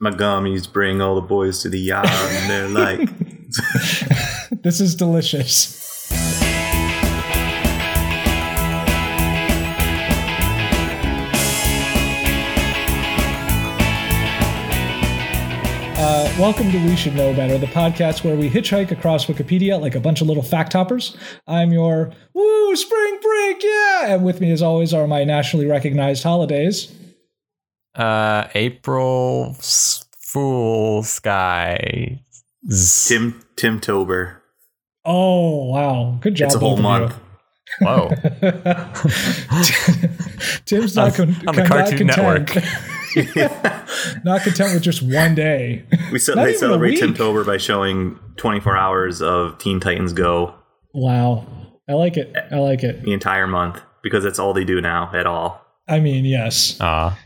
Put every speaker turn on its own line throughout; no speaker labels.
my gummies bring all the boys to the yard, and they're like,
This is delicious. Uh, welcome to We Should Know Better, the podcast where we hitchhike across Wikipedia like a bunch of little fact toppers. I'm your woo spring break, yeah, and with me as always are my nationally recognized holidays.
Uh, April s- Fool Sky. Z-
Tim Tim Tober.
Oh wow, good job!
It's a whole
both of you.
month.
Whoa.
Tim's not,
On-
con-
on the
con-
Cartoon
not content.
Yeah.
not content with just one day.
We ce-
Not
they
even a
celebrate
week.
Tim Tober by showing 24 hours of Teen Titans Go
Wow. I like it. I like it.
the entire month because that's all they do now at all.
I mean, yes.
Aw.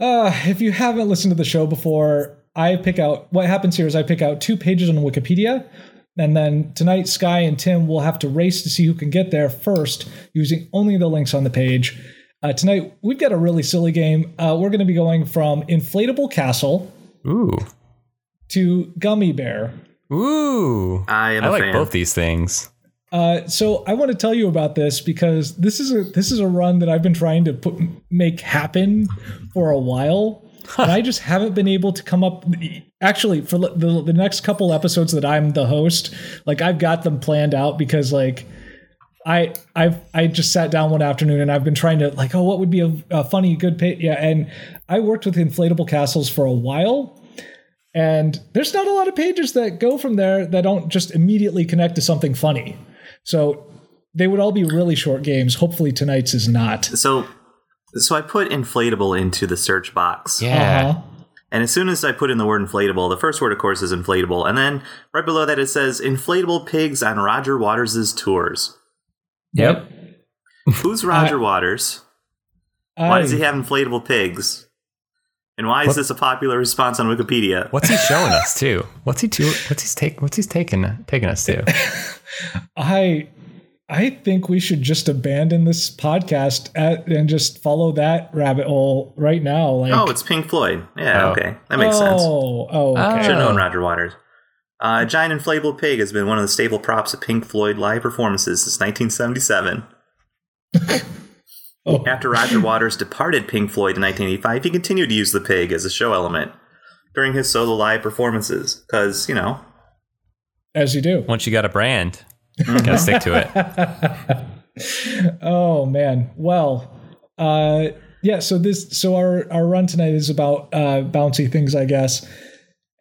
Uh, if you haven't listened to the show before, I pick out what happens here is I pick out two pages on Wikipedia. And then tonight, Sky and Tim will have to race to see who can get there first using only the links on the page. Uh, tonight, we've got a really silly game. Uh, we're going to be going from Inflatable Castle
Ooh.
to Gummy Bear.
Ooh.
I am
I
a
like
fan.
both these things.
Uh, so I want to tell you about this because this is a this is a run that I've been trying to put make happen for a while, and I just haven't been able to come up. Actually, for the- the, the next couple episodes that I'm the host, like I've got them planned out because like I I've I just sat down one afternoon and I've been trying to like oh what would be a, a funny good pay yeah and I worked with inflatable castles for a while and there's not a lot of pages that go from there that don't just immediately connect to something funny so they would all be really short games hopefully tonight's is not
So, so I put inflatable into the search box,
Yeah.
uh-huh.
and as soon as I put in the word inflatable, the first word, of course, is inflatable, and then right below that it says inflatable pigs on Roger Waters' tours.
Yep.
Who's Roger Waters? Why does he have inflatable pigs? And why is
What-
this a popular response on Wikipedia?
What's he showing us too? What's he to? What's he's take? What's he's taking taking us to?
I I think we should just abandon this podcast at, and just follow that rabbit hole right now. Like,
Oh, it's Pink Floyd. Yeah,
Oh.
okay, that makes sense.
Oh, oh,
Ah.
okay.
Should have known
Oh.
Roger Waters. Uh, giant inflatable pig has been one of the staple props of Pink Floyd live performances since 1977.
Oh.
After Roger Waters departed Pink Floyd in 1985, he continued to use the pig as a show element during his solo live performances. Because, you know,
As you do.
Once you got a brand,
Mm-hmm.
gotta stick to it.
oh man. Well, uh, yeah. So this, so our our run tonight is about uh, bouncy things, I guess.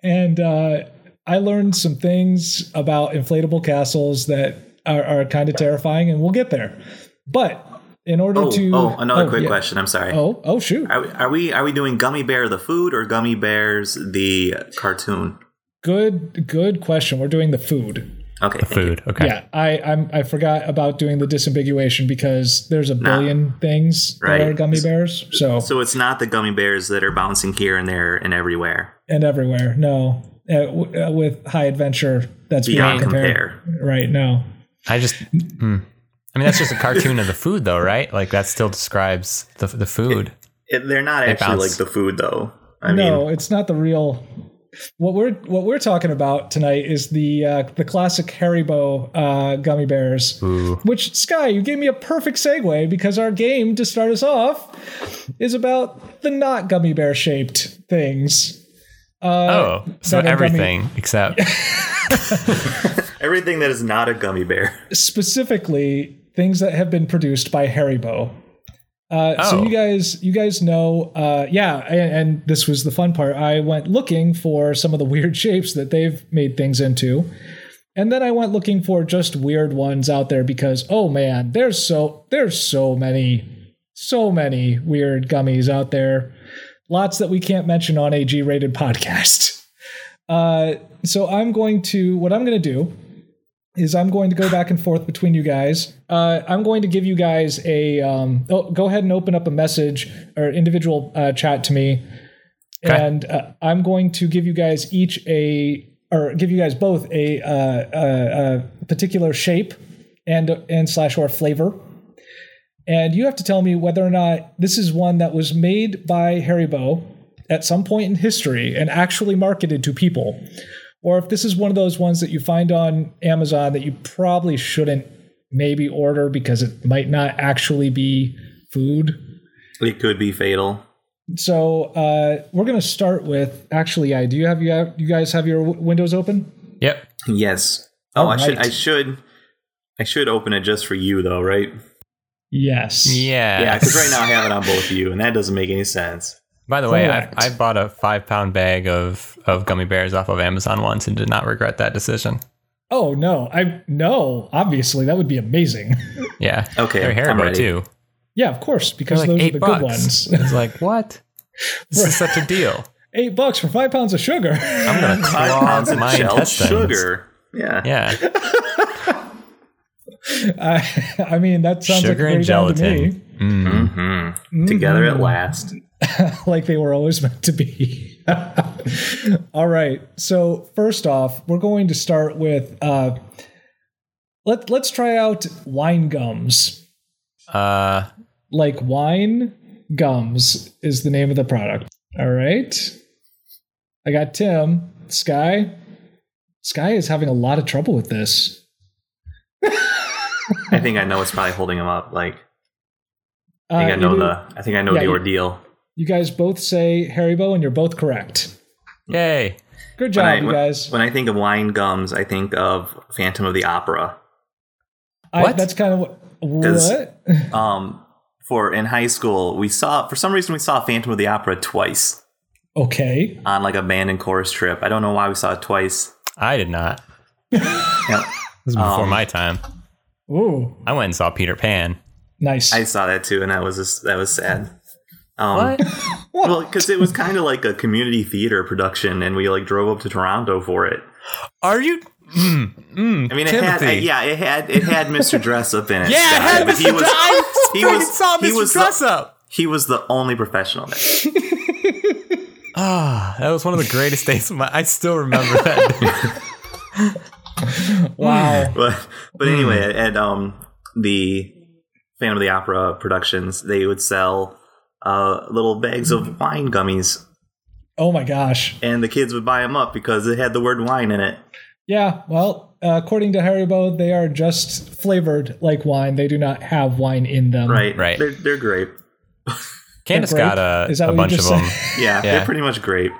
And uh, I learned some things about inflatable castles that are, are kind of terrifying, and we'll get there. But in order
oh,
to
oh another quick
yeah.
question. I'm sorry.
Oh, oh shoot.
Are, we- are we are we doing Gummy Bear the food or Gummy Bears the cartoon?
Good, good question. We're doing the food.
Okay,
The
thank you.
food. Okay.
Yeah, I I'm, I forgot about doing the disambiguation because there's a billion things
Right.
that are gummy bears. So,
So it's not the gummy bears that are bouncing here and there and everywhere.
and everywhere. No, uh, w- uh, with high adventure, that's
Beyond
beyond compare.
compare.
Right? No.
I just. mm. I mean, that's just a cartoon of the food, though, right? Like that still describes the the food.
It, they're not
They
actually
bounce.
like the food though. I
no,
mean,
it's not the real. What we're what we're talking about tonight is the uh, the classic Haribo uh, gummy bears,
Ooh.
which Sky, you gave me a perfect segue because our game to start us off is about the not gummy bear shaped things.
Oh, so
that and gummy-
everything except
everything that is not a gummy bear.
specifically things that have been produced by Haribo. Uh, So
Oh.
you guys, you guys know, uh, yeah. And, and this was the fun part. I went looking for some of the weird shapes that they've made things into, and then I went looking for just weird ones out there because oh man, there's so there's so many, so many weird gummies out there. Lots that we can't mention on a G-rated podcast. Uh, so I'm going to what I'm going to do is I'm going to go back and forth between you guys. Uh, I'm going to give you guys a um, oh, go ahead and open up a message or individual uh, chat to me,
Okay.
and uh, I'm going to give you guys each a or give you guys both a uh, uh, uh, particular shape and and slash or flavor. And you have to tell me whether or not this is one that was made by Haribo at some point in history and actually marketed to people, or if this is one of those ones that you find on Amazon that you probably shouldn't maybe order because it might not actually be food.
It could be fatal.
So uh, we're gonna start with actually. I do you have you have, you guys have your w- windows open?
Yep.
Yes. Oh, I should.
Alright.
I should. I should open it just for you, though, right?
Yes.
Yeah.
Yeah, because right now I have it on both of you, and that doesn't make any sense.
By the way, I,
Correct.
I bought a five pound bag of, of gummy bears off of Amazon once and did not regret that decision.
Oh no! I no. Obviously, that would be amazing.
Yeah.
Okay,
They're
I'm
Haribo
ready.
too.
yeah, of course,
They're
because
like
those are
eight
the
bucks.
good ones.
It's like, what? This is such a deal.
Eight bucks for five pounds of sugar.
I'm going to
Five
claw
pounds of
my
gel
intestines.
sugar. Yeah.
Yeah.
I, I mean, that sounds
sugar
like a
and
great round to me. Mm-hmm.
gelatin. Mm.
hmm Together at last.
like they were always meant to be. All right. So first off, we're going to start with uh, let let's try out wine gums.
Uh,
Like wine gums is the name of the product. All right. I got Tim. Sky. Sky is having a lot of trouble with this.
I think I know what's probably holding him up. Like
Uh,
I think I know
you,
the. I think I know
yeah,
the
you-
ordeal.
you guys both say Haribo, and you're both correct.
yay.
Good
When
job,
I,
you
when-
guys.
when I think of wine gums, I think of Phantom of the Opera.
I,
What?
that's kind of what.
Does-
What?
Um, for in high school, we saw for some reason we saw Phantom of the Opera twice
Okay.
on like a band and chorus trip. I don't know why we saw it twice.
I did not.
Yeah.
This was before
Um,
my time.
Ooh,
I went and saw Peter Pan.
nice.
I saw that too, and that was just, that was sad. Um,
What?
Well, because it was kind of like a community theater production, and we like drove up to Toronto for it.
Are you? Mm, mm,
I mean, it
Timothy.
had, uh, yeah, it had it had Mr. Dress up in it.
Yeah, I had
But
Mr. He I
he
freaking
was-
saw
he was
Mr.
the-
Dress Up.
he was the only professional. There.
Ah, that was one of the greatest days of my. I still remember that. day.
wow.
But but anyway,
Hmm.
at um the Phantom of the Opera productions, they would sell uh, little bags
Hmm.
of wine gummies,
Oh my gosh.
and the kids would buy them up because it had the word wine in it.
Yeah. Well, uh, according to Haribo, they are just flavored like wine. They do not have wine in them.
Right,
Right.
They're, they're grape.
Candace
Grape?
got a,
Is that
a
what
bunch
you
of
just
them.
said?
Yeah,
Yeah.
they're pretty much grape.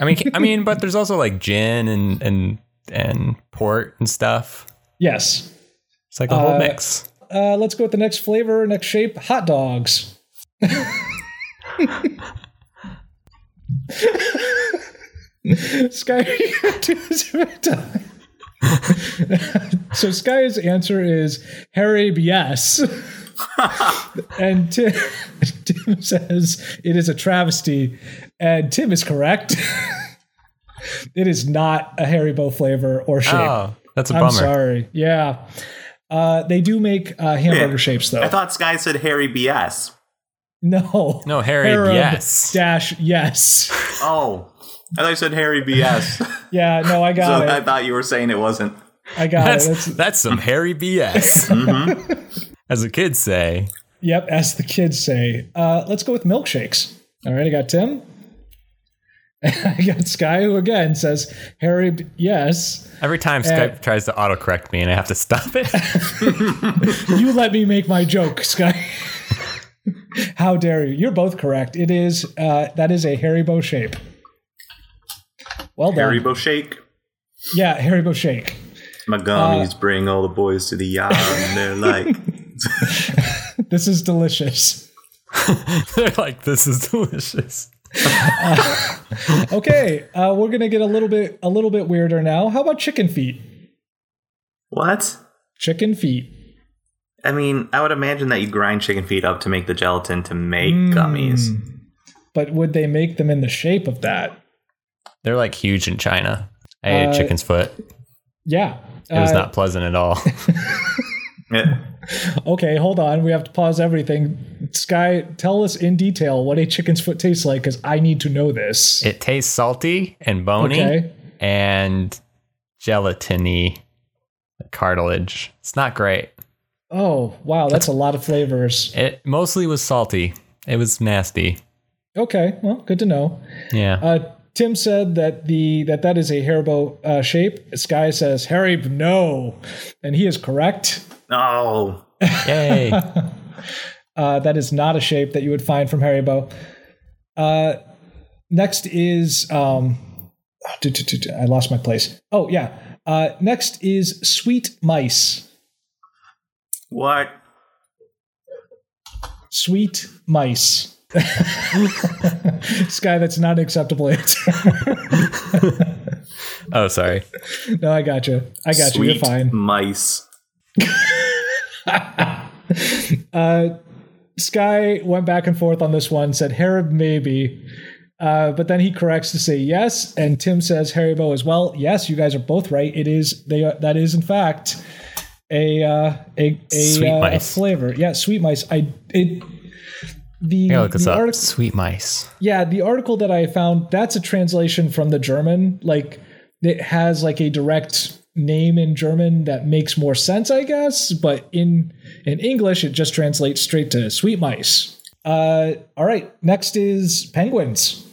I mean, I mean, but there's also like gin and and and port and stuff.
yes.
It's like a whole
Uh,
mix.
Uh, let's go with the next flavor, next shape. Hot dogs. Sky, are you gonna do this every time? so Sky's answer is Harry yes, and Tim, Tim says it is a travesty, and Tim is correct. it is not a Haribo flavor or shape.
Oh, that's a
I'm
bummer.
sorry. Yeah. Uh, they do make uh, hamburger
Yeah.
shapes though.
I thought Sky said Harry BS.
no.
No, Harry,
Arab
yes.
Dash yes.
Oh, I thought you said Harry BS.
Yeah, no, I
so
Oh,
got
I
it.
thought you were saying it wasn't.
I got it.
That's
That's-
that's some hairy BS,
Mm-hmm.
as the kids say.
yep, as the kids say. Uh, let's go with milkshakes. All right, I got Tim. I got Sky, who again says Harry b- yes.
Every time Skype tries to autocorrect me, and I have to stop it.
You let me make my joke, Sky. How dare you? You're both correct. It is uh, that is a Haribo shape. Well done.
Haribo shake.
Yeah, Haribo shake.
My
Uh,
gummies bring all the boys to the yard, and they're like,
This is delicious.
They're like, "This is delicious."
Okay, uh, we're gonna get a little bit a little bit weirder now. How about chicken feet?
"What?"
Chicken feet.
I mean, I would imagine that you grind chicken feet up to make the gelatin to make
Mm.
gummies.
But would they make them in the shape of that?
They're like huge in China. I ate a
Uh,
chicken's foot.
Yeah.
It was
Uh,
not pleasant at all.
Yeah.
okay, hold on. We have to pause everything. Sky, tell us in detail what a chicken's foot tastes like, because I need to know this.
it tastes salty and bony
Okay.
and gelatiny cartilage. It's not great.
Oh wow, that's a lot of flavors.
It mostly was salty. It was nasty.
Okay, well, good to know.
Yeah.
Uh, Tim said that the that that is a hairbow uh, shape. Sky says Harry no, and he is correct.
Oh,
Yay.
Uh, that is not a shape that you would find from Haribo. Uh, next is um, oh, do, do, do, do, I lost my place. Oh yeah. Uh, next is sweet mice.
what?
Sweet mice. Sky, that's not an acceptable answer.
oh, sorry.
no, I got you. I got you. You're
Sweet
fine.
Mice.
Uh, Sky went back and forth on this one, said Harib maybe, uh, but then he corrects to say yes, and Tim says Haribo as well. Yes, you guys are both right. It is they are, that is in fact a uh, a a,
Sweet
uh, a
mice.
flavor. Yeah, sweet mice. I it the,
Yeah, look this
the
up.
artic-
Sweet mice.
yeah the article that I found that's a translation from the German. Like it has like a direct name in German that makes more sense, I guess. But in in English, it just translates straight to sweet mice. Uh, all right, next is penguins.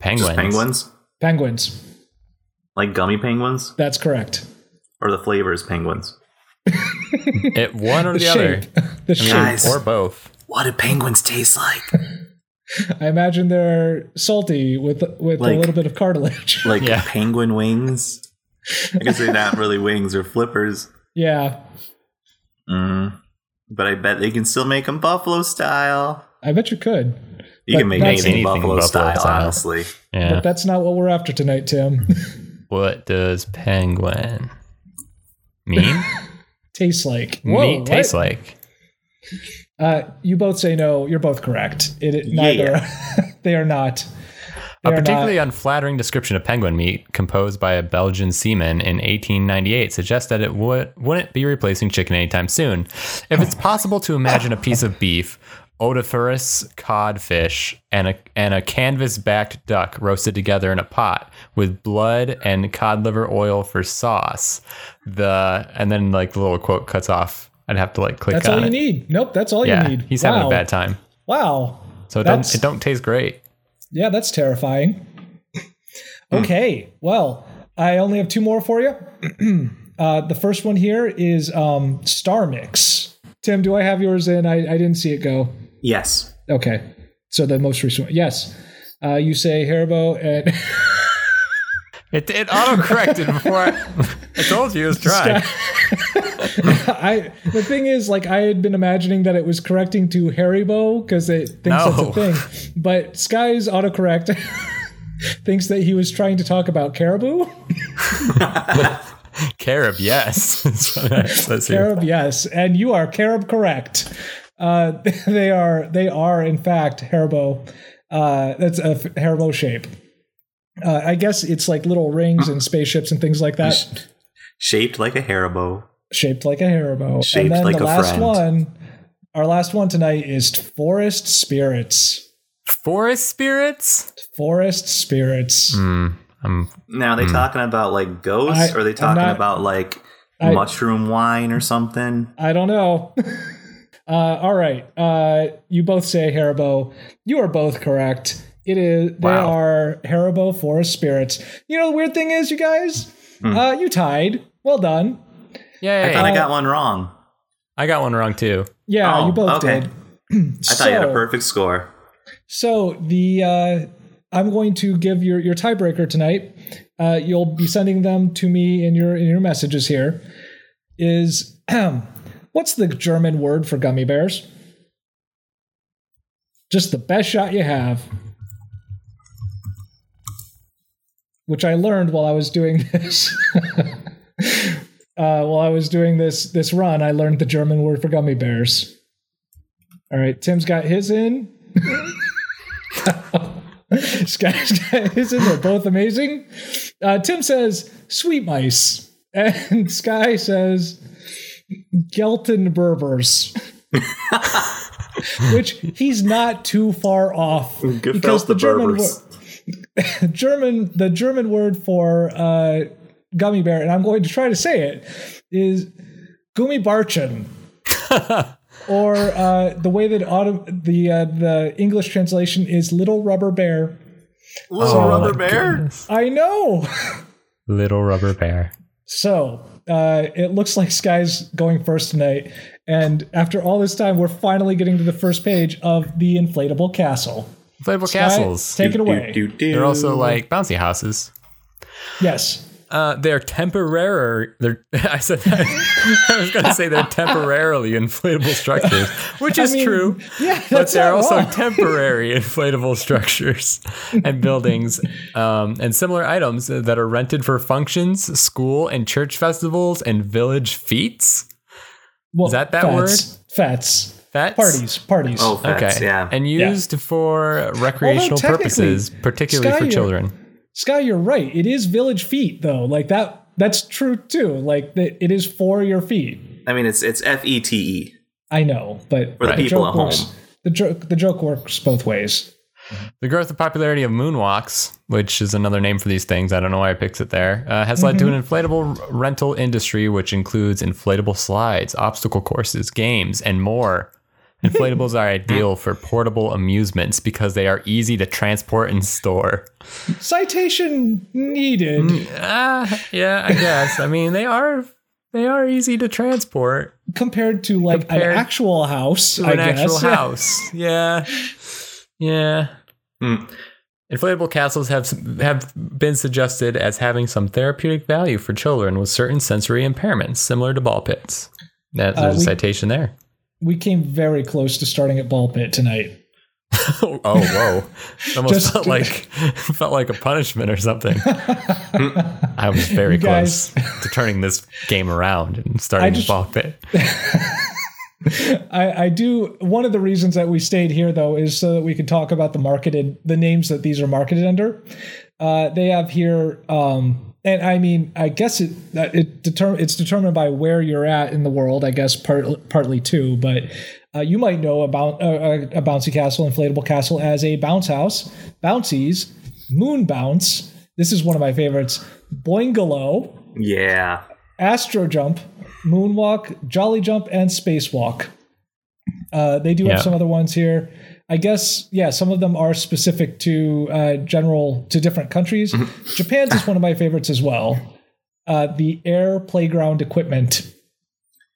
Penguins.
Just penguins?
Penguins.
Like gummy penguins?
That's correct.
Or the flavor is penguins?
It, one or the,
The
other.
shape. The
I mean,
shape.
Guys.
Or both.
What do penguins taste like?
I imagine they're salty with with a
Like-
little bit of cartilage.
Like
Yeah.
penguin wings? I guess they're not really wings or flippers.
yeah,
Mm. But I bet they can still make them buffalo style.
I bet you could,
You
But
can make
that's-
anything,
Anything
buffalo,
buffalo
style,
style.
honestly.
Yeah.
but that's not what we're after tonight, Tim.
what does penguin mean?
tastes like Whoa,
meat
what?
tastes like?
Uh, you both say no. You're both correct. It, it- neither. they are not. They
A
are
particularly
not.
unflattering description of penguin meat composed by a Belgian seaman in 1898 suggests that it would, wouldn't be replacing chicken anytime soon. If it's possible to imagine a piece of beef, odoriferous codfish, and a, and a canvas backed duck roasted together in a pot with blood and cod liver oil for sauce, the and then like the little quote cuts off. I'd have to like click
That's
on
all you
it.
need. Nope. That's all
yeah,
you need.
he's
wow.
having a bad time.
Wow.
So it
That's-
don't, it don't taste great.
Yeah, that's terrifying.
Hmm.
okay. Well, I only have two more for you. uh, the first one here is um, Star Mix. Tim, do I have yours in? I, I didn't see it go.
Yes.
Okay. So the most recent one. Yes. Uh, you say Haribo and
It, it auto corrected before I, I told you it was trying.
I the thing is, like I had been imagining that it was correcting to Haribo because it thinks
No.
that's a thing. But Sky's autocorrect thinks that he was trying to talk about caribou.
Carib, yes. That's what I says here.
Carib, yes, and you are carib correct. Uh, they are they are in fact Haribo. Uh, that's a f- Haribo shape. Uh, I guess it's like little rings and spaceships and things like that.
Shaped like a Haribo.
shaped like a Haribo.
Shaped
and then
like
the
a
last
friend.
one, our last one tonight is Forest Spirits.
Forest spirits?
Forest Spirits.
Mm.
Um,
Now, are they talking about like ghosts?
I-
or are they
I'm
talking
not-
about like
I-
mushroom wine or something?
I don't know. uh, all right. Uh, you both say Haribo. You are both correct. It is. They
Wow.
are Haribo Forest Spirits. You know the weird thing is, you guys,
Hmm.
uh, you tied. Well done.
I
yay.
thought I got one wrong.
I got one wrong too.
Yeah,
Oh,
you both
okay.
did.
I thought you had a perfect score.
So the uh, I'm going to give your your tiebreaker tonight. Uh, you'll be sending them to me in your in your messages here. Is what's the German word for gummy bears? Just the best shot you have. Which I learned while I was doing this. uh, while I was doing this this run, I learned the German word for gummy bears. All right, Tim's got his in. Sky's got his in. They're both amazing. Uh, Tim says sweet mice, and Sky says Gelton Berbers. Which he's not too far off because
Gefällt
the
the
German
Berbers.
word, German the German word for uh, gummy bear, and I'm going to try to say it is Gummibarchen. or uh, the way that auto- the uh, the English translation is little rubber bear.
Little
Oh,
rubber
my
bear.
goodness.
I know.
Little rubber bear.
So uh, it looks like Sky's going first tonight, and after all this time, we're finally getting to the first page of the inflatable castle.
Inflatable
Sky,
castles.
take it away.
Do, do, do.
They're also like bouncy houses.
Yes.
Uh, they're temporary. They're I said I was going to say they're temporarily inflatable structures, which is
mean,
true.
Yeah,
but
that's
they're
not
also
wrong.
temporary inflatable structures and buildings um, and similar items that are rented for functions, school and church festivals, and village feats.
Well,
that that
fats, word? Fats.
That's
Parties. Parties.
oh, facts,
okay,
yeah.
and used for recreational
technically,
purposes, particularly
Sky,
for
you're-
children.
Sky, you're right. It is village feet, though. Like that. That's true too. Like that. It is for your feet.
I mean, it's it's F E T E.
I know, but
For the people
joke
at home.
Works, the joke. The joke works both ways.
The growth and popularity of moonwalks, which is another name for these things, I don't know why I picked it there, uh, has led to an inflatable r- rental industry, which includes inflatable slides, obstacle courses, games, and more. Inflatables are ideal for portable amusements because they are easy to transport and store.
Citation needed.
Hmm.
Ah, yeah, I guess. I mean, they are they are easy to transport
compared to like
Compared
an actual house.
to
I
an
guess.
actual
Yeah.
house. Yeah, yeah. Hmm.
Mm.
Inflatable castles have have been suggested as having some therapeutic value for children with certain sensory impairments, similar to ball pits. That,
Uh,
there's
we-
a citation there.
We came very close to starting at ball pit tonight.
oh, whoa! It almost
Just-
felt like felt like a punishment or something. I was very
You guys-
close to turning this game around and starting
just-
the ball pit.
I, I do. One of the reasons that we stayed here, though, is so that we could talk about the marketed, the names that these are marketed under. Uh, they have here, um, and I mean, I guess it that it determ- it's determined by where you're at in the world. I guess part, partly too, but uh, you might know about uh, uh, a bouncy castle, inflatable castle, as a bounce house, bouncies, moon bounce. This is one of my favorites. Boingalo,
Yeah.
Astro Jump, Moonwalk, Jolly Jump, and Spacewalk. Uh, they do
Yeah.
have some other ones here. I guess, yeah, some of them are specific to uh, general to different countries.
Mm-hmm.
Japan's is one of my favorites as well. Uh, the air playground equipment.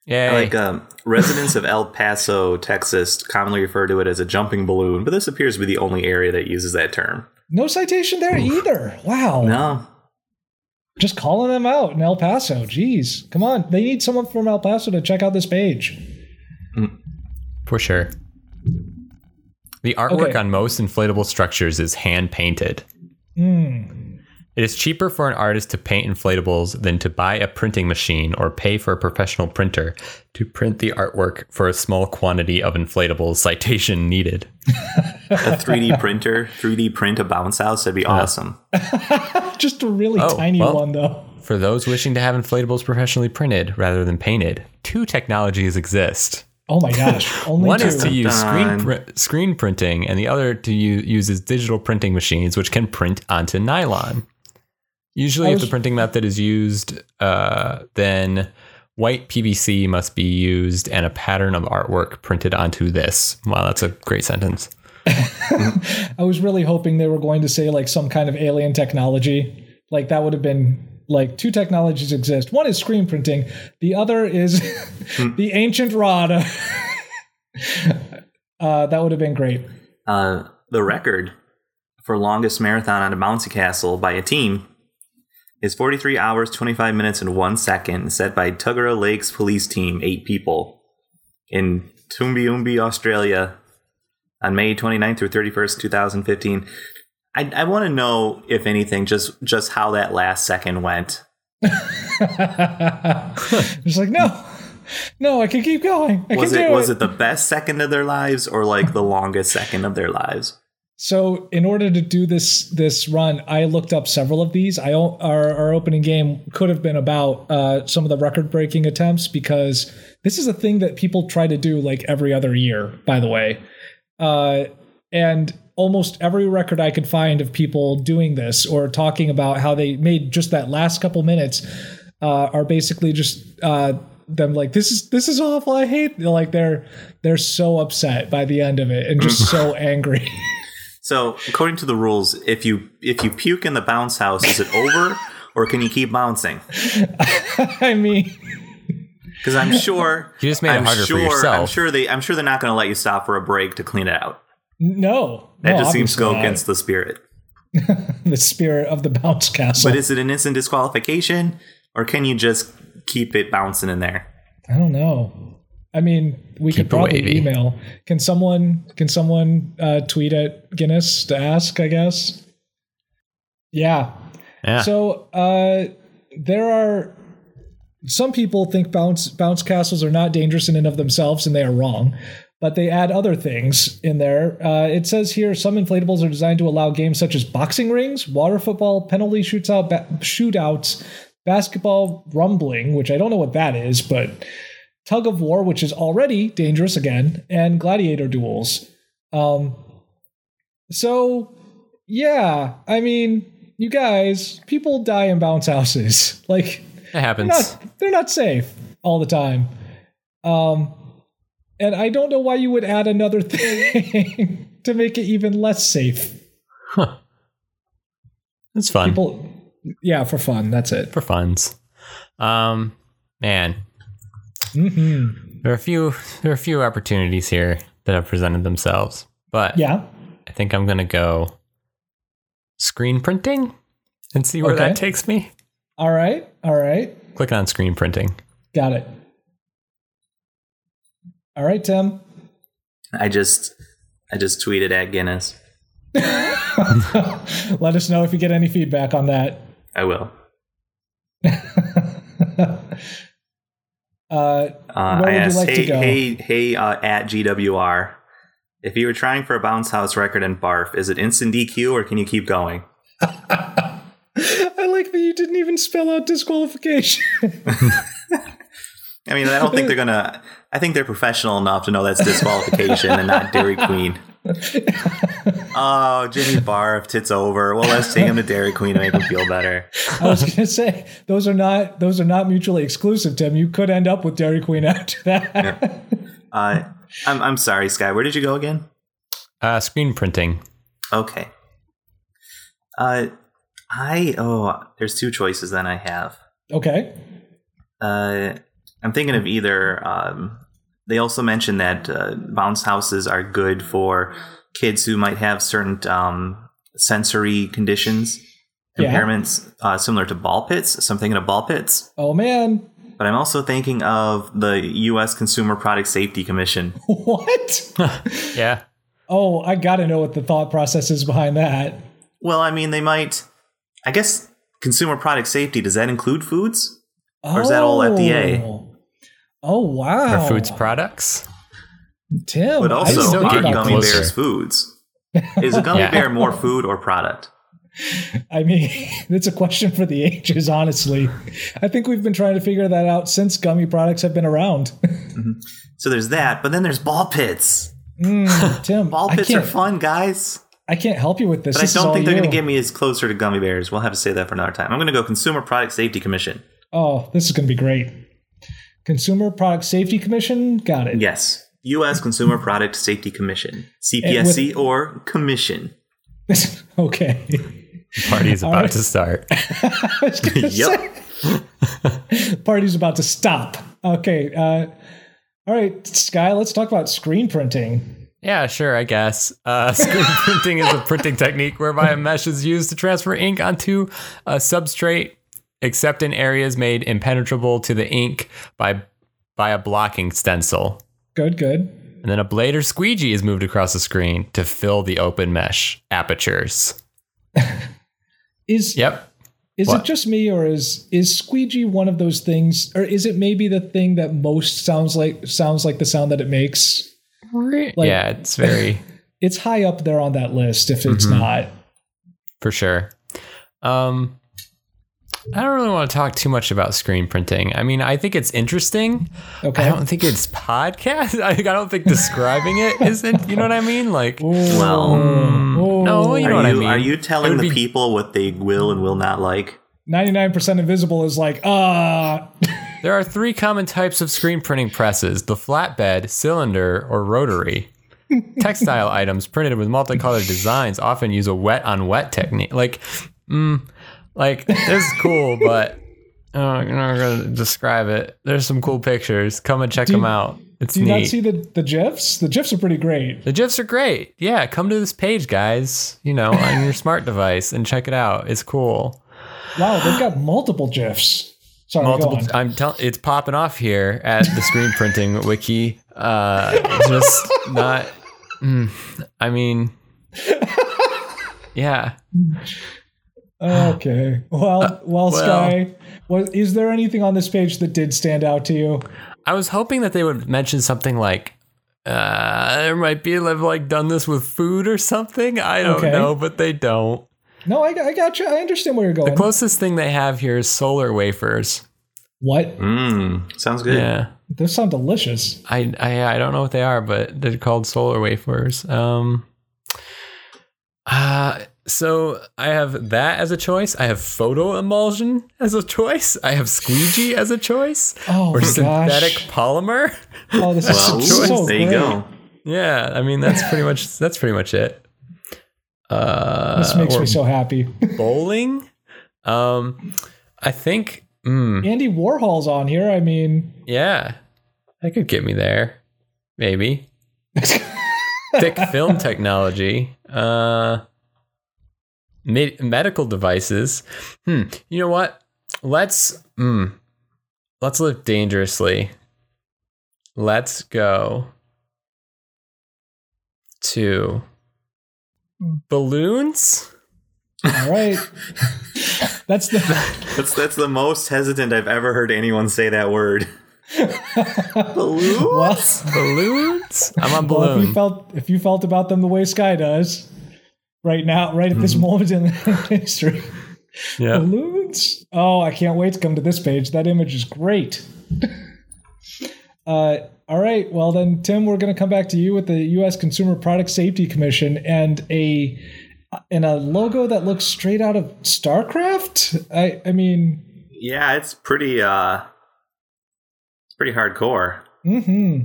Yeah,
I Like um, residents of El Paso, Texas, commonly refer to it as a jumping balloon, but this appears to be the only area that uses that term.
No citation there either. Wow.
No,
Just calling them out in El Paso. Jeez. Come on. They need someone from El Paso to check out this page.
For sure. The artwork
Okay.
on most inflatable structures is hand painted. It is cheaper for an artist to paint inflatables than to buy a printing machine or pay for a professional printer to print the artwork for a small quantity of inflatables citation needed.
a 3D printer, 3D print a bounce house. That'd be awesome.
Just a really
Oh,
tiny
well.
one, though.
For those wishing to have inflatables professionally printed rather than painted, two technologies exist.
Oh my gosh. Only
One
two.
is to use screen
Dun.
pr- screen printing, and the other to u- uses digital printing machines, which can print onto nylon. Usually,
I
if
was-
the printing method is used, uh, then white PVC must be used and a pattern of artwork printed onto this. Wow, that's a great sentence.
I was really hoping they were going to say like some kind of alien technology. Like that would have been like two technologies exist. One is screen printing. The other is
Hmm.
the ancient rod. uh, that would have been great.
Uh, the record for longest marathon on a bouncy castle by a team is 43 hours, 25 minutes, and one second, set by Tuggerah Lakes Police Team, eight people, in Toombiumbi, Australia, on May 29th through 31st, 2015. I, I want to know, if anything, just just how that last second went.
Just like no, no, I can keep going. I
Was
can
it,
do
was it the best second of their lives or like the longest second of their lives?
So in order to do this this run, I looked up several of these. I o- our, our opening game could have been about uh, some of the record breaking attempts because this is a thing that people try to do like every other year. By the way, uh, and almost every record I could find of people doing this or talking about how they made just that last couple minutes uh, are basically just uh, them like this is this is awful. I hate. They're like they're they're so upset by the end of it and just so angry.
So, according to the rules, if you if you puke in the bounce house, is it over, or can you keep bouncing?
I mean,
Because I'm sure
You just made
I'm
it harder
sure,
for
I'm
yourself.
sure they I'm sure they're not going to let you stop for a break to clean it out.
no,
That
no,
just seems to go
obviously not.
against the spirit.
the spirit of the bounce castle.
But is it an instant disqualification, or can you just keep it bouncing in there?
I don't know. I mean, we
Keep
could probably
it wavy.
email. Can someone can someone uh, tweet at Guinness to ask? I guess. Yeah.
Yeah.
So uh, there are some people think bounce bounce castles are not dangerous in and of themselves, and they are wrong. But they add other things in there. Uh, it says here some inflatables are designed to allow games such as boxing rings, water football, penalty shoots out, ba- shootouts, basketball rumbling, which I don't know what that is, but tug of war, which is already dangerous again, and gladiator duels. Um, so yeah, I mean, you guys, people die in bounce houses. Like
it happens.
not they're not safe all the time. Um and I don't know why you would add another thing to make it even less safe.
It's fun
People yeah, for fun, that's it.
for funs. Um, man,
hmm
there are a few there are a few opportunities here that have presented themselves, but
Yeah.
I think I'm gonna go screen printing and see where
Okay.
that takes me.
All right. All right.
Click on screen printing.
Got it. All right, Tim.
I just I just tweeted at Guinness.
Let us know if you get any feedback on that.
I will.
uh
Uh,
Where
I
would you
asked,
like to
hey,
go?
hey, hey, uh, at GWR, if you were trying for a bounce house record and barf, is it instant DQ or can you keep going?
I like that you didn't even spell out disqualification.
I mean, I don't think they're gonna. I think they're professional enough to know that's disqualification and not Dairy Queen. Oh, Jimmy barfed. It's over. Well, let's take him to Dairy Queen to make him feel better.
I was gonna say those are not those are not mutually exclusive, Tim. You could end up with Dairy Queen after that.
Uh, I'm I'm sorry, Sky. Where did you go again?
Uh, screen printing.
Okay. Uh, I oh, there's two choices. Then I have.
Okay.
Uh, I'm thinking of either. Um, they also mentioned that uh, bounce houses are good for kids who might have certain um, sensory conditions,
Yeah.
impairments uh, similar to ball pits. So I'm thinking of ball pits,
Oh man,
but I'm also thinking of the U.S. Consumer Product Safety Commission.
what?
Yeah.
oh, I gotta know what the thought process is behind that.
Well, I mean, they might. I guess consumer product safety does that include foods?
Or
is that all FDA?
Oh wow,
Or foods products.
Tim.
But
I
also,
still
didn't
are
think
getting
about
gummy
closer.
bears foods? Is a gummy
Yeah.
bear more food or product?
I mean, it's a question for the ages, honestly. I think we've been trying to figure that out since gummy products have been around.
So there's that, but then there's ball pits.
Mm, Tim,
Ball
I
pits are
can't,
fun, guys.
I can't help you with this.
But
This
I
is all
don't think they're going
you.
to get me as closer to gummy bears. We'll have to say that for another time. I'm going to go Consumer Product Safety Commission.
Oh, this is going to be great. Consumer Product Safety Commission, got it.
Yes. U.S. Consumer Product Safety Commission, CPSC or Commission.
okay.
The party is about to start.
I was gonna
Yep.
say, party's about to stop. Okay. Uh, all right, Sky, let's talk about screen printing.
Yeah, sure, I guess. Uh, screen printing is a printing technique whereby a mesh is used to transfer ink onto a substrate, except in areas made impenetrable to the ink by by a blocking stencil.
Good, good.
And then a blade or squeegee is moved across the screen to fill the open mesh apertures.
Is
Yep.
is
what?
it just me or is is squeegee one of those things or is it maybe the thing that most sounds like sounds like the sound that it makes?
yeah, it's very
It's high up there on that list if it's
Mm-hmm.
not.
for sure. Um, I don't really want to talk too much about screen printing. I mean, I think it's interesting.
Okay.
I don't think it's podcast. I, I don't think describing it isn't. You know what I mean? Like,
Well,
Ooh.
no, you
are
know what
you,
I mean.
are you
It
telling
would
the
be-
people what they will and will not like?
99% invisible is like, uh,
There are three common types of screen printing presses the flatbed, cylinder, or rotary. Textile items printed with multicolored designs often use a wet on wet technique. Like, mm, like this is cool, but uh, I'm not going to describe it. There's some cool pictures. Come and check
Do you-
them out. It's
Do you
neat.
not see the, the GIFs? The GIFs are pretty great.
The GIFs are great. Yeah, come to this page, guys, you know, on your smart device and check it out. It's cool.
Wow, they've got multiple GIFs. Sorry,
Multiple
go on.
I'm telling it's popping off here at the screen printing wiki. Uh just not mm, I mean Yeah.
Okay. Well,
Uh,
well, Sky, what, is there anything on this page that did stand out to you?
I was hoping that they would mention something like uh there might be they've like done this with food or something. I don't
Okay.
know, but they don't.
No, I, I got you. I understand where you're
The
going.
closest thing they have here is solar wafers.
what?
Hmm?
Mmm. Sounds good.
Yeah.
Those sound delicious.
I, I I don't know what they are, but they're called solar wafers. Um, uh, so I have that as a choice. I have photo emulsion as a choice. I have squeegee as a choice,
Oh
or
my
synthetic
gosh.
polymer.
Oh, this
Well,
is
there
so great.
you go.
yeah, I mean that's pretty much that's pretty much it. Uh,
This makes
or
me so happy.
bowling. Um, I think. Mm,
Andy Warhol's on here. I mean,
Yeah, that could get me there. Maybe. Thick film technology. Uh, med- medical devices. Hmm. You know what? Let's. Mm, let's live dangerously. Let's go to balloons.
all right. That's the
That's that's the most hesitant I've ever heard anyone say that word. Balloon?
well.
Balloons. I'm on
Well, if you
balloon.
felt if you felt about them the way Sky does, right now, right at this
Mm-hmm.
moment in history,
Yeah.
balloons. Oh, I can't wait to come to this page. That image is great. uh, all right, well then, Tim, we're going to come back to you with the U.S. Consumer Product Safety Commission and a and a logo that looks straight out of StarCraft. I I mean,
Yeah, it's pretty uh it's pretty hardcore.
hmm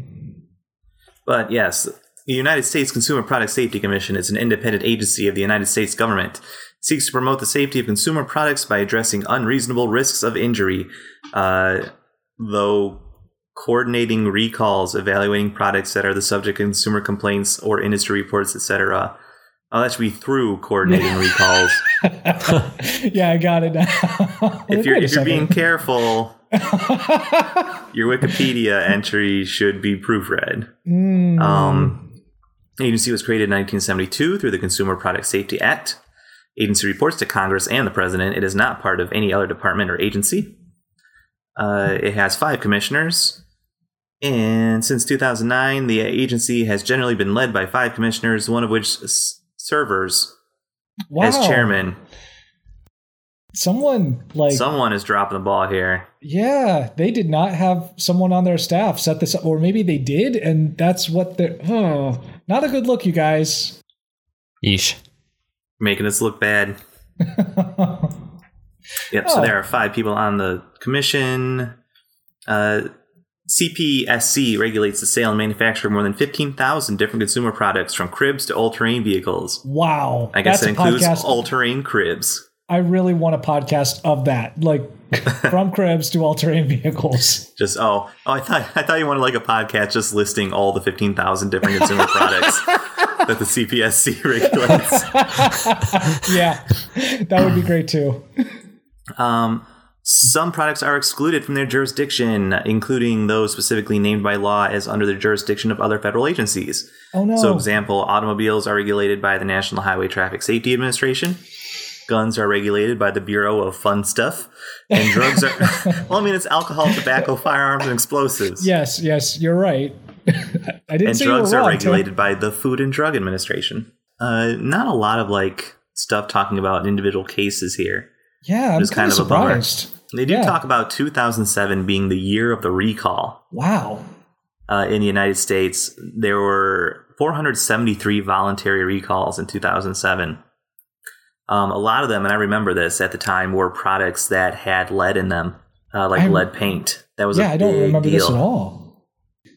But yes, the United States Consumer Product Safety Commission is an independent agency of the United States government. It seeks to promote the safety of consumer products by addressing unreasonable risks of injury, uh, though coordinating recalls, evaluating products that are the subject of consumer complaints or industry reports, etc. Oh, that should be through coordinating recalls.
yeah, I got it now.
if you're
Wait a
if you're being
second.
careful, your Wikipedia entry should be proofread.
Mm.
Um,
Hmm.
the agency was created in 1972 through the Consumer Product Safety Act. Agency reports to Congress and the President. It is not part of any other department or agency. Uh, it has five commissioners. And since 2009, the agency has generally been led by five commissioners, one of which s- servers
wow.
as chairman.
someone like
Someone is dropping the ball here.
yeah they did not have someone on their staff set this up or maybe they did and that's what they're oh, not a good look you guys
Yeesh.
Making us look bad. Yep. So
Oh.
there are five people on the commission. Uh, CPSC regulates the sale and manufacture of more than 15,000 different consumer products from cribs to all terrain vehicles.
wow
I guess
that's
that includes
a podcast
all terrain cribs.
i really want a podcast of that like from cribs to all-terrain vehicles
Just oh oh I thought I thought you wanted like a podcast just listing all the fifteen thousand different consumer products that the CPSC regulates.
yeah that would be great too
Um, some products are excluded from their jurisdiction, including those specifically named by law as under the jurisdiction of other federal agencies.
oh no
So, example, automobiles are regulated by the National Highway Traffic Safety Administration. Guns are regulated by the Bureau of Fun Stuff, and drugs are. well, I mean, it's alcohol, tobacco, firearms, and explosives.
yes yes you're right i didn't
and
say you were
drugs
wrong,
are
Tim.
regulated by the Food and Drug Administration. Uh, not a lot of like stuff talking about individual cases here.
yeah i'm
It's
kind of
kind of a bummer.
surprised
They do
Yeah.
talk about 2007 being the year of the recall.
wow
uh, in the United States, there were 473 voluntary recalls in 2007. Um, a lot of them, and I remember this at the time, were products that had lead in them, uh, like
I'm-
lead paint. That was
yeah,
I
I don't remember this at all.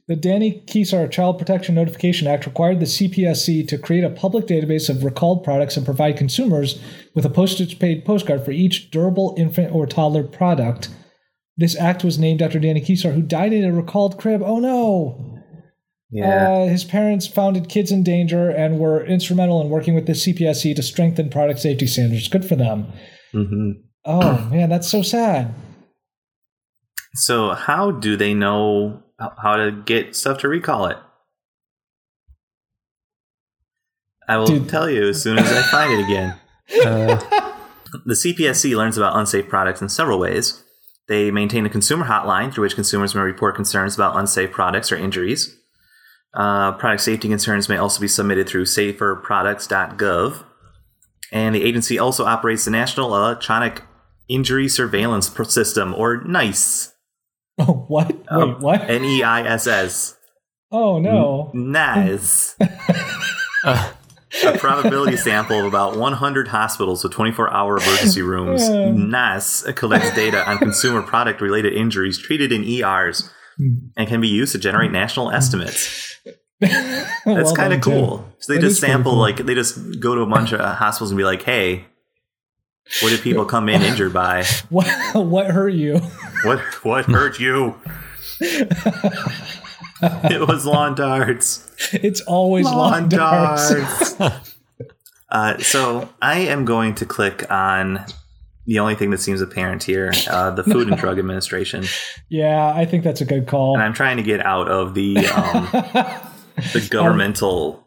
The Danny Kesar Child Protection Notification Act required the CPSC to create a public database of recalled products and provide consumers with a postage paid postcard for each durable infant or toddler product. This act was named after Danny Kesar, who died in a recalled crib. Oh no!
Yeah,
Uh, his parents founded Kids in Danger and were instrumental in working with the CPSC to strengthen product safety standards. Good for them.
hmm
Oh man, that's so sad.
So how do they know h- how to get stuff to recall it? I will
Dude.
tell you as soon as I find it again.
Uh,
The CPSC learns about unsafe products in several ways. They maintain a consumer hotline through which consumers may report concerns about unsafe products or injuries. Uh, product safety concerns may also be submitted through saferproducts.gov. And the agency also operates the National Electronic Injury Surveillance Pro- System, or NICE.
Oh what?
Oh,
Wait, what?
E. N E I S S.
Oh no.
Nice.
uh,
a probability sample of about 100 hospitals with 24 hour emergency rooms.
Yeah.
NAS collects data on consumer product related injuries treated in ERs and can be used to generate national estimates.
That's
That's kind of cool. So they
That
just
is pretty
sample,
cool.
like, they just go to a bunch of hospitals and be like, hey, what did people come in injured by?
What, what hurt you?
What what hurt you? it was lawn darts.
It's always lawn darts.
uh, so I am going to click on the only thing that seems apparent here uh, the Food and Drug Administration.
Yeah, I think that's a good call.
And I'm trying to get out of the, um, the governmental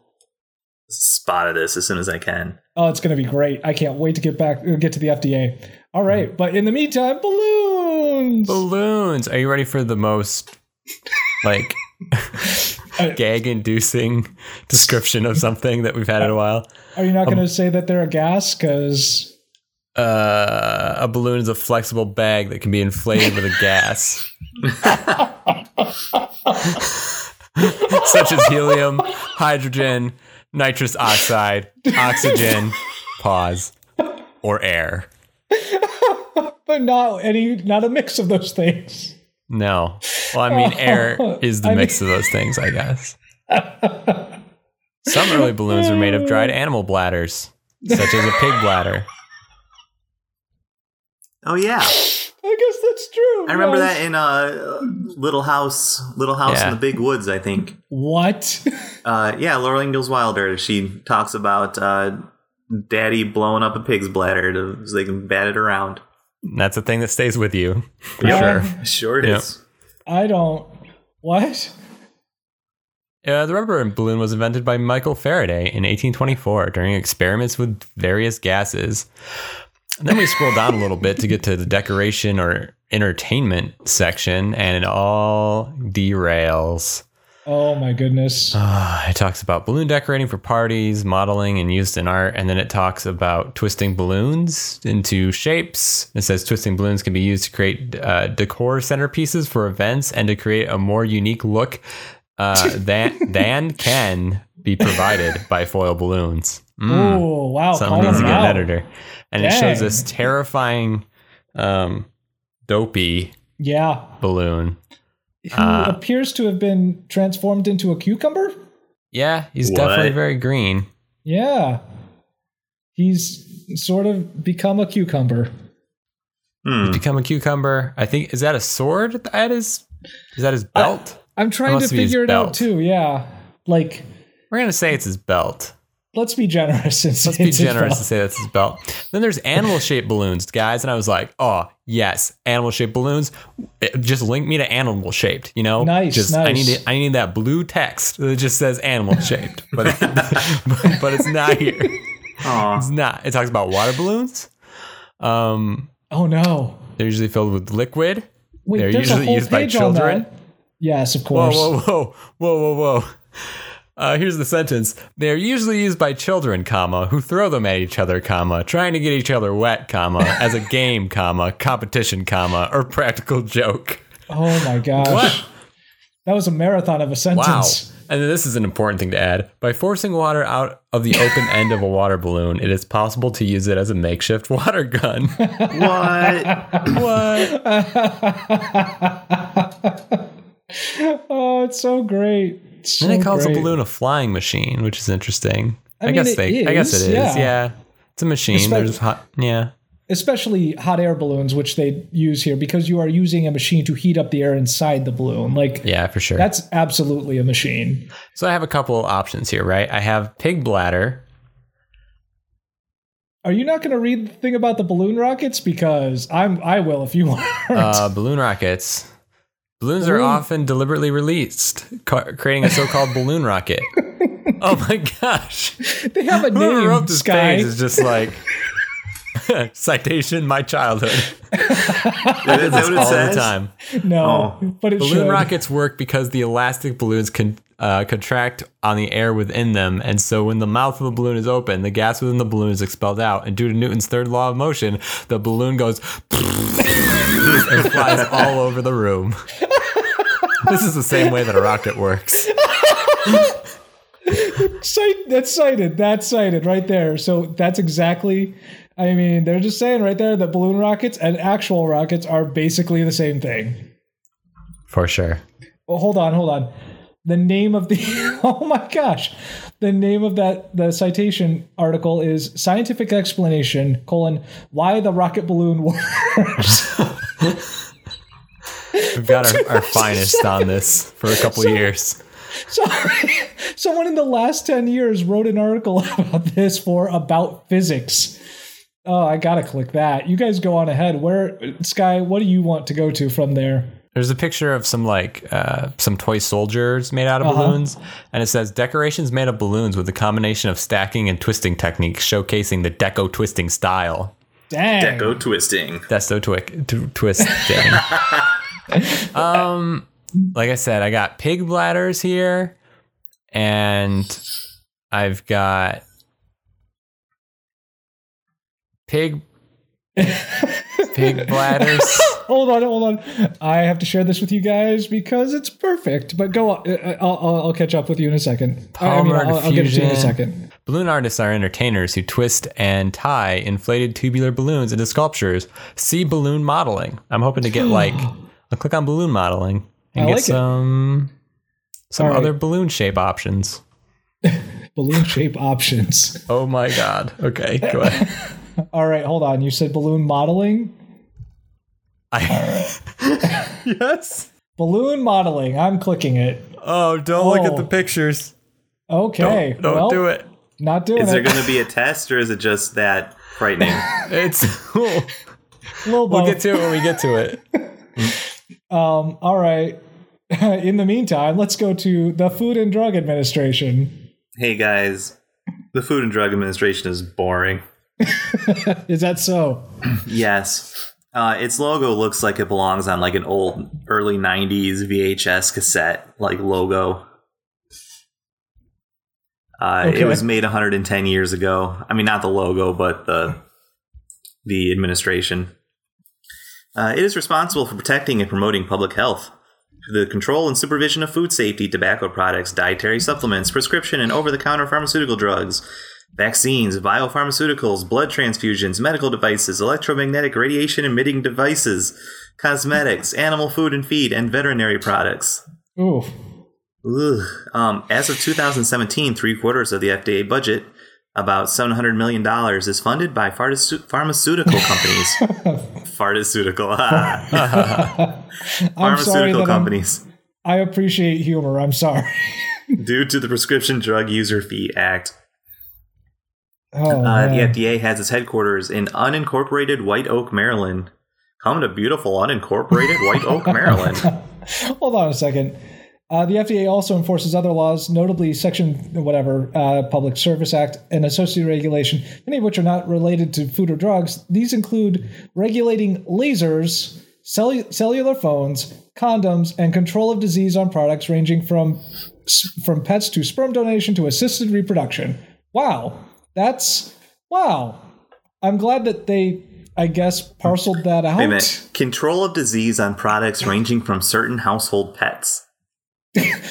spot of this as soon as I can.
Oh, it's going to be great. I can't wait to get back uh, get to the FDA. All right, but in the meantime, balloons.
balloons. Are you ready for the most like gag-inducing description of something that we've had in a while?
Are you not going to say that they're a gas cuz
Uh, a balloon is a flexible bag that can be inflated with a gas. Such as helium, hydrogen, nitrous oxide, oxygen, pause, or air.
but not any not a mix of those things.
No. Well, I mean, air is the
I
mix of those things, I guess. Some early balloons were made of dried animal bladders, such as a pig bladder.
Oh, yeah.
I guess that's true.
I remember
yes.
that in uh, Little House, Little House
Yeah.
in the Big Woods, I think.
What?
Uh, yeah, Laura Ingalls Wilder. She talks about uh, daddy blowing up a pig's bladder to, so they can bat it around.
And That's a thing that stays with you, for
Yeah.
sure.
Sure it
Yeah.
is.
I don't What?
Uh, the rubber balloon was invented by Michael Faraday in 1824 during experiments with various gases. And then we scroll down a little bit to get to the decoration or entertainment section, and it all derails.
Oh my goodness.
Ah, it talks about balloon decorating for parties, modeling, and used in art. And then it talks about twisting balloons into shapes. It says twisting balloons can be used to create uh, decor centerpieces for events and to create a more unique look uh, than, than can be provided by foil balloons. Mm.
Oh, wow.
Someone
call
needs to
them
get an
out.
editor. And it
Dang.
shows this terrifying, um, dopey
Yeah.
balloon.
Who
Uh,
appears to have been transformed into a cucumber?
Yeah, he's
What?
definitely very green.
Yeah. He's sort of become a cucumber.
Hmm.
become a cucumber. I think is that a sword at his is that his belt?
I'm trying to
must be his
figure it out
belt.
too. Yeah. Like,
We're gonna say it's his belt.
let's be generous. And
Let's be generous and say that's his belt. Then there's animal shaped balloons, guys, and I was like, oh yes, animal shaped balloons. It- just link me to animal shaped. You know,
Nice,
Just I need
nice.
it, I need that blue text that just says animal shaped, but, but but it's not here.
Aw.
It's not. It talks about water balloons. Um,
Oh, no.
they're usually filled with liquid.
Wait,
They're
there's
usually
a whole
used by
page
children.
on that. Yes, of
Whoa,
course.
whoa, whoa, whoa, whoa, whoa. Uh, here's the sentence. They are usually used by children, comma, who throw them at each other, comma, trying to get each other wet, comma, as a game, comma, competition, comma, or practical joke.
Oh, my gosh.
What?
That was a marathon of a
Wow.
sentence.
And then this is an important thing to add. By forcing water out of the open end of a water balloon, it is possible to use it as a makeshift water gun.
What?
what?
oh, it's so great. It's
Then it
so
calls a
great.
balloon a flying machine, which is interesting. Oh, I,
mean,
guess
it
they. I guess it
is,
is.
yeah.
Yeah, it's a machine. There's hot. Yeah.
especially hot air balloons, which they use here, because you are using a machine to heat up the air inside the balloon. Like
Yeah, for sure.
that's absolutely a machine.
so I have a couple options here, right? I have pig bladder.
Are you not going to read the thing about the balloon rockets? Because I'm, I will if you want.
Uh, balloon rockets. Balloons are
Balloon-
often deliberately released, ca- creating a so-called balloon rocket. Oh my gosh!
they have a
Whoever
name.
wrote this
Sky.
page is just like citation. My childhood.
That is what it
all
says?
the time.
No, but it
Oh. Balloon
should.
rockets work because the elastic balloons can uh, contract on the air within them, and so when the mouth of the balloon is open, the gas within the balloon is expelled out. And due to Newton's third law of motion, the balloon goes and flies all over the room. This is the same way that a rocket works.
Cite- that's cited. That's cited right there. So that's exactly. I mean, they're just saying right there that balloon rockets and actual rockets are basically the same thing.
For sure.
Well, hold on, hold on. The name of the oh my gosh, the name of that the citation article is scientific explanation colon why the rocket balloon works.
We've got our, our finest on this for a couple years.
Sorry, someone in the last ten years wrote an article about this for about physics. Oh, I gotta click that. You guys go on ahead. Where Sky? What do you want to go to from there?
There's a picture of some like uh, some toy soldiers made out of balloons, and it says decorations made of balloons with a combination of stacking and twisting techniques, showcasing the deco twisting style.
Dang.
Go twisting.
That's so twick t- twisting. um, like I said, I got pig bladders here, and I've got pig pig bladders.
Hold on, hold on. I have to share this with you guys because it's perfect. But go on. I- I'll, I'll, I'll catch up with you in a second. I mean,
Palmar
I'll, I'll get it to you in a
diffusion.
second.
Balloon artists are entertainers who twist and tie inflated tubular balloons into sculptures. See balloon modeling. I'm hoping to get like I'll click on balloon modeling and
I
get
like it.
some some
All right.
other balloon shape options.
Balloon shape options.
Oh my god. Okay, go ahead.
All right, hold on. You said balloon modeling?
I, yes.
Balloon modeling. I'm clicking it.
Oh, don't look
Oh.
at the pictures.
Okay.
Don't
well,
do it.
Not doing
Is there
it.
going to be a test or is it just that frightening?
It's we'll
Lil Bo.
get to it when we get to it.
Oh. um, all right. in the meantime, let's go to the Food and Drug Administration.
hey guys, the Food and Drug Administration is boring.
Is that so?
Yes. Uh, its logo looks like it belongs on like an old early 90s VHS cassette like logo. Uh,
Okay.
It was made 110 years ago. I mean, not the logo, but the the administration. Uh, it is responsible for protecting and promoting public health through the control and supervision of food safety, tobacco products, dietary supplements, prescription and over-the-counter pharmaceutical drugs, vaccines, biopharmaceuticals, blood transfusions, medical devices, electromagnetic radiation emitting devices, cosmetics, animal food and feed, and veterinary products.
Ooh.
Ugh. Um, as of 2017, three quarters of the FDA budget, about $700 million, is funded by pharmace- pharmaceutical companies. pharmaceutical. ah.
I'm sorry
pharmaceutical
that I'm-
companies.
I appreciate humor. I'm sorry.
Due to the Prescription Drug User Fee Act,
Oh,
Uh,
man.
the FDA has its headquarters in unincorporated White Oak, Maryland. Come to beautiful unincorporated White Oak, Maryland.
Hold on a second. Uh, the FDA also enforces other laws, notably Section whatever uh, Public Service Act and associated regulation, many of which are not related to food or drugs. These include regulating lasers, cellu- cellular phones, condoms, and control of disease on products ranging from s- from pets to sperm donation to assisted reproduction. Wow, that's wow. I'm glad that they, I guess, parceled that out.
Wait a minute. Control of disease on products ranging from certain household pets.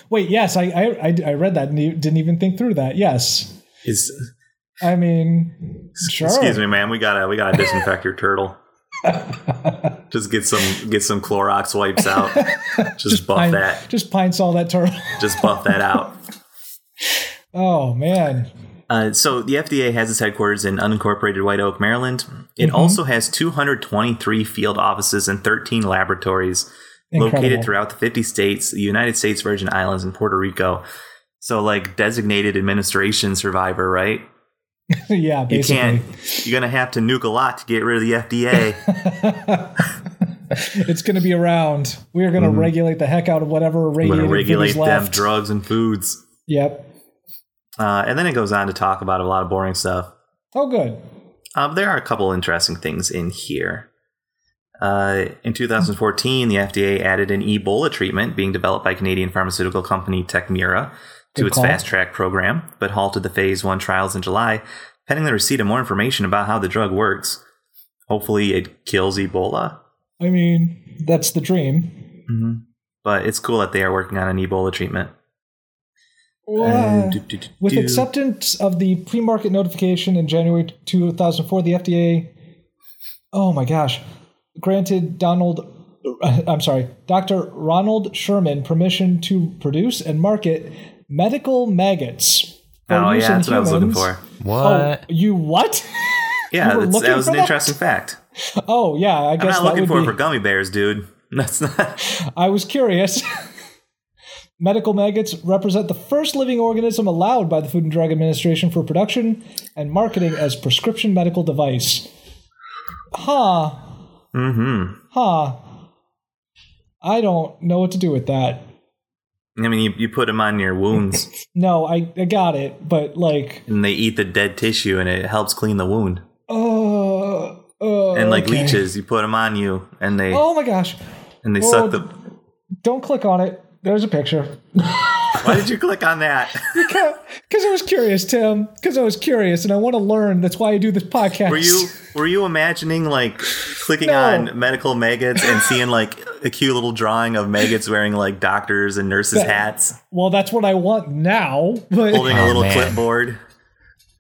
Wait, yes, I, I I I read that and you didn't even think through that. Yes,
Is
I mean, sure.
excuse me, man. We gotta we gotta disinfect your turtle. just get some get some Clorox wipes out. Just, buff
Pine-
that.
Just pine saw that turtle.
Just buff that out.
Oh man,
Uh, so the FDA has its headquarters in unincorporated White Oak, Maryland. It
Mm-hmm.
also has 223 field offices and 13 laboratories located
Incredible.
throughout the 50 states, the United States Virgin Islands, and Puerto Rico. So like designated administration survivor, right?
yeah,
You
basically.
can't. You're gonna have to nuke a lot to get rid of the FDA.
it's going to be around. We are going to regulate the heck out of whatever
We're gonna
radiated food
Mm-hmm. regulate
is
them
left.
drugs and foods.
yep.
Uh, and then it goes on to talk about a lot of boring stuff.
Oh, good.
Um, there are a couple interesting things in here. Uh, in 2014, the FDA added an Ebola treatment being developed by Canadian pharmaceutical company Techmira to
Good
its
call.
fast track program, but halted the phase one trials in July, pending the receipt of more information about how the drug works. Hopefully, it kills Ebola.
I mean, that's the dream.
hmm But it's cool that they are working on an Ebola treatment.
Wow.
Uh, do, do, do,
With
do.
acceptance of the pre-market notification in January 2004, the FDA, oh my gosh, granted Donald, uh, I'm sorry, Dr. Ronald Sherman permission to produce and market medical maggots. for
oh
use
yeah,
in
that's what I was looking
humans.
for.
What?
Oh, you what?
Yeah,
You were
that's, that
looking
was
for
an
that?
interesting fact.
oh yeah, I
I'm
guess
not looking
that
for
would
it
be.
for gummy bears, dude. That's not.
I was curious. Medical maggots represent the first living organism allowed by the Food and Drug Administration for production and marketing as prescription medical device. Huh.
Mm-hmm.
Huh. I don't know what to do with that.
I mean, you, you put them on your wounds
No, I, I got it, but like,
and they eat the dead tissue and it helps clean the wound.
uh, uh,
And like
okay.
leeches, you put them on you and they
Oh my gosh.
and they
oh.
suck the.
Don't click on it. There's a picture.
Why did you click on that?
Because I was curious, Tim. Because I was curious and I want to learn. That's why I do this podcast.
Were you were you imagining like clicking
No.
on medical maggots and seeing like a cute little drawing of maggots wearing like doctors and nurses hats,
Well, that's what I want now. But
holding a
Oh,
little
man.
clipboard?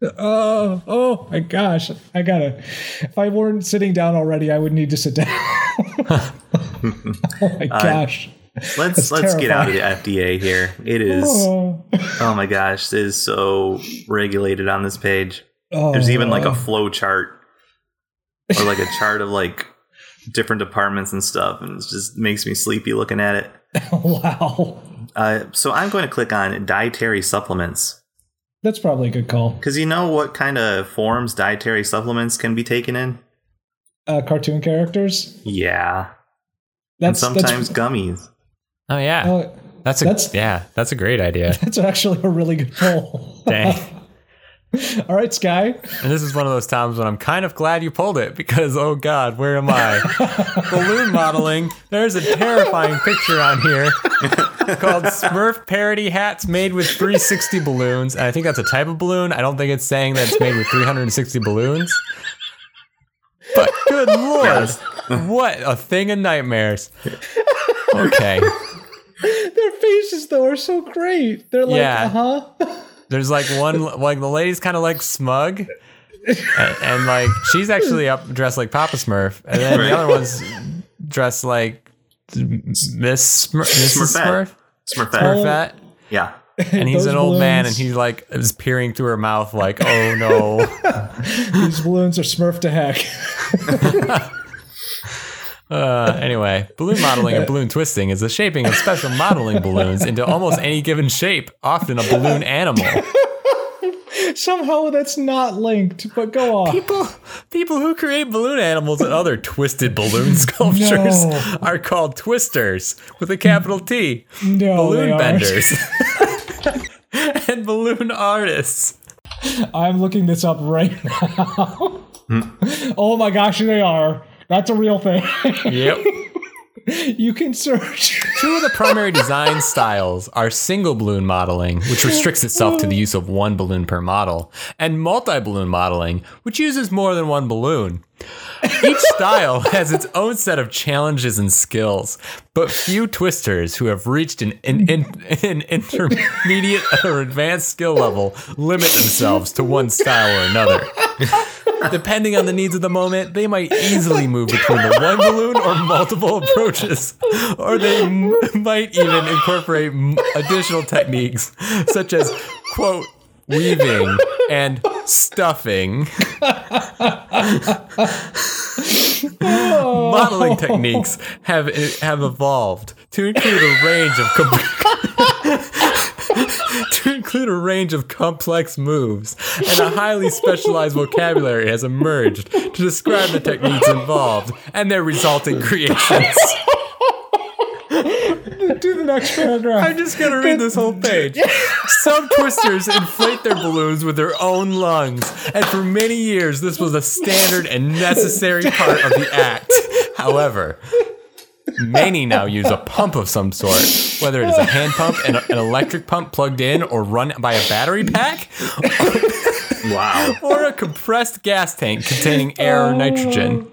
oh, oh my gosh, I gotta. If I weren't sitting down already, I would need to sit down. oh my gosh.
Let's
That's
let's get out of the FDA here. It is
Oh.
oh my gosh, it is so regulated on this page. There's
Oh,
even like a flow chart or like a chart of like different departments and stuff, and it just makes me sleepy looking at it.
Oh, wow.
Uh, so I'm going to click on dietary supplements
That's probably a good call.
because you know what kind of forms dietary supplements can be taken in.
Uh, cartoon characters.
Yeah, and
That's
sometimes gummies.
Oh, yeah.
That's, uh,
that's a
that's-
yeah. That's a great idea.
that's actually a really good call.
Dang.
All right, Sky.
And this is one of those times when I'm kind of glad you pulled it because oh god, where am I? Balloon modeling. There's a terrifying picture on here called Smurf parody hats made with 360 balloons. And I think that's a type of balloon. I don't think it's saying that it's made with 360 balloons. But good lord, what a thing of nightmares. Okay.
Their faces though are so great. They're like,
Yeah.
uh huh.
There's like one, like the lady's kind of like smug, and, and like she's actually up dressed like Papa Smurf, and then
Right.
the other one's dressed like Miss Smurf, Mrs.
Smurfette.
Smurf,
Smurfette.
Smurfette,
Yeah,
and he's
Oh, Those
an old man, and
balloons.
he's like is peering through her mouth, like, oh no,
These balloons are smurfed to heck.
Uh, anyway, balloon modeling and balloon twisting is the shaping of special modeling balloons into almost any given shape, often a balloon animal.
Somehow that's not linked, but go on.
People, people who create balloon animals and other twisted balloon sculptures
No.
are called twisters with a capital T,
No, they
balloon
aren't.
benders, and balloon artists.
I'm looking this up right now. oh my gosh, they are. That's a real thing.
Yep.
you can search.
Two of the primary design styles are single balloon modeling, which restricts itself to the use of one balloon per model, and multi balloon modeling, which uses more than one balloon. Each style has its own set of challenges and skills, but few twisters who have reached an, an, an, an intermediate or advanced skill level limit themselves to one style or another. Depending on the needs of the moment, they might easily move between the one balloon or multiple approaches, or they m- might even incorporate m- additional techniques such as, quote, weaving and stuffing. Modeling techniques have have evolved to include a range of com- to include a range of complex moves, and a highly specialized vocabulary has emerged to describe the techniques involved and their resulting creations.
Do the next paragraph.
I'm just gonna read this whole page. Some twisters inflate their balloons with their own lungs, and for many years, this was a standard and necessary part of the act. However, many now use a pump of some sort, whether it is a hand pump, an, an electric pump plugged in, or run by a battery pack,
Wow.
or a compressed gas tank containing air or nitrogen.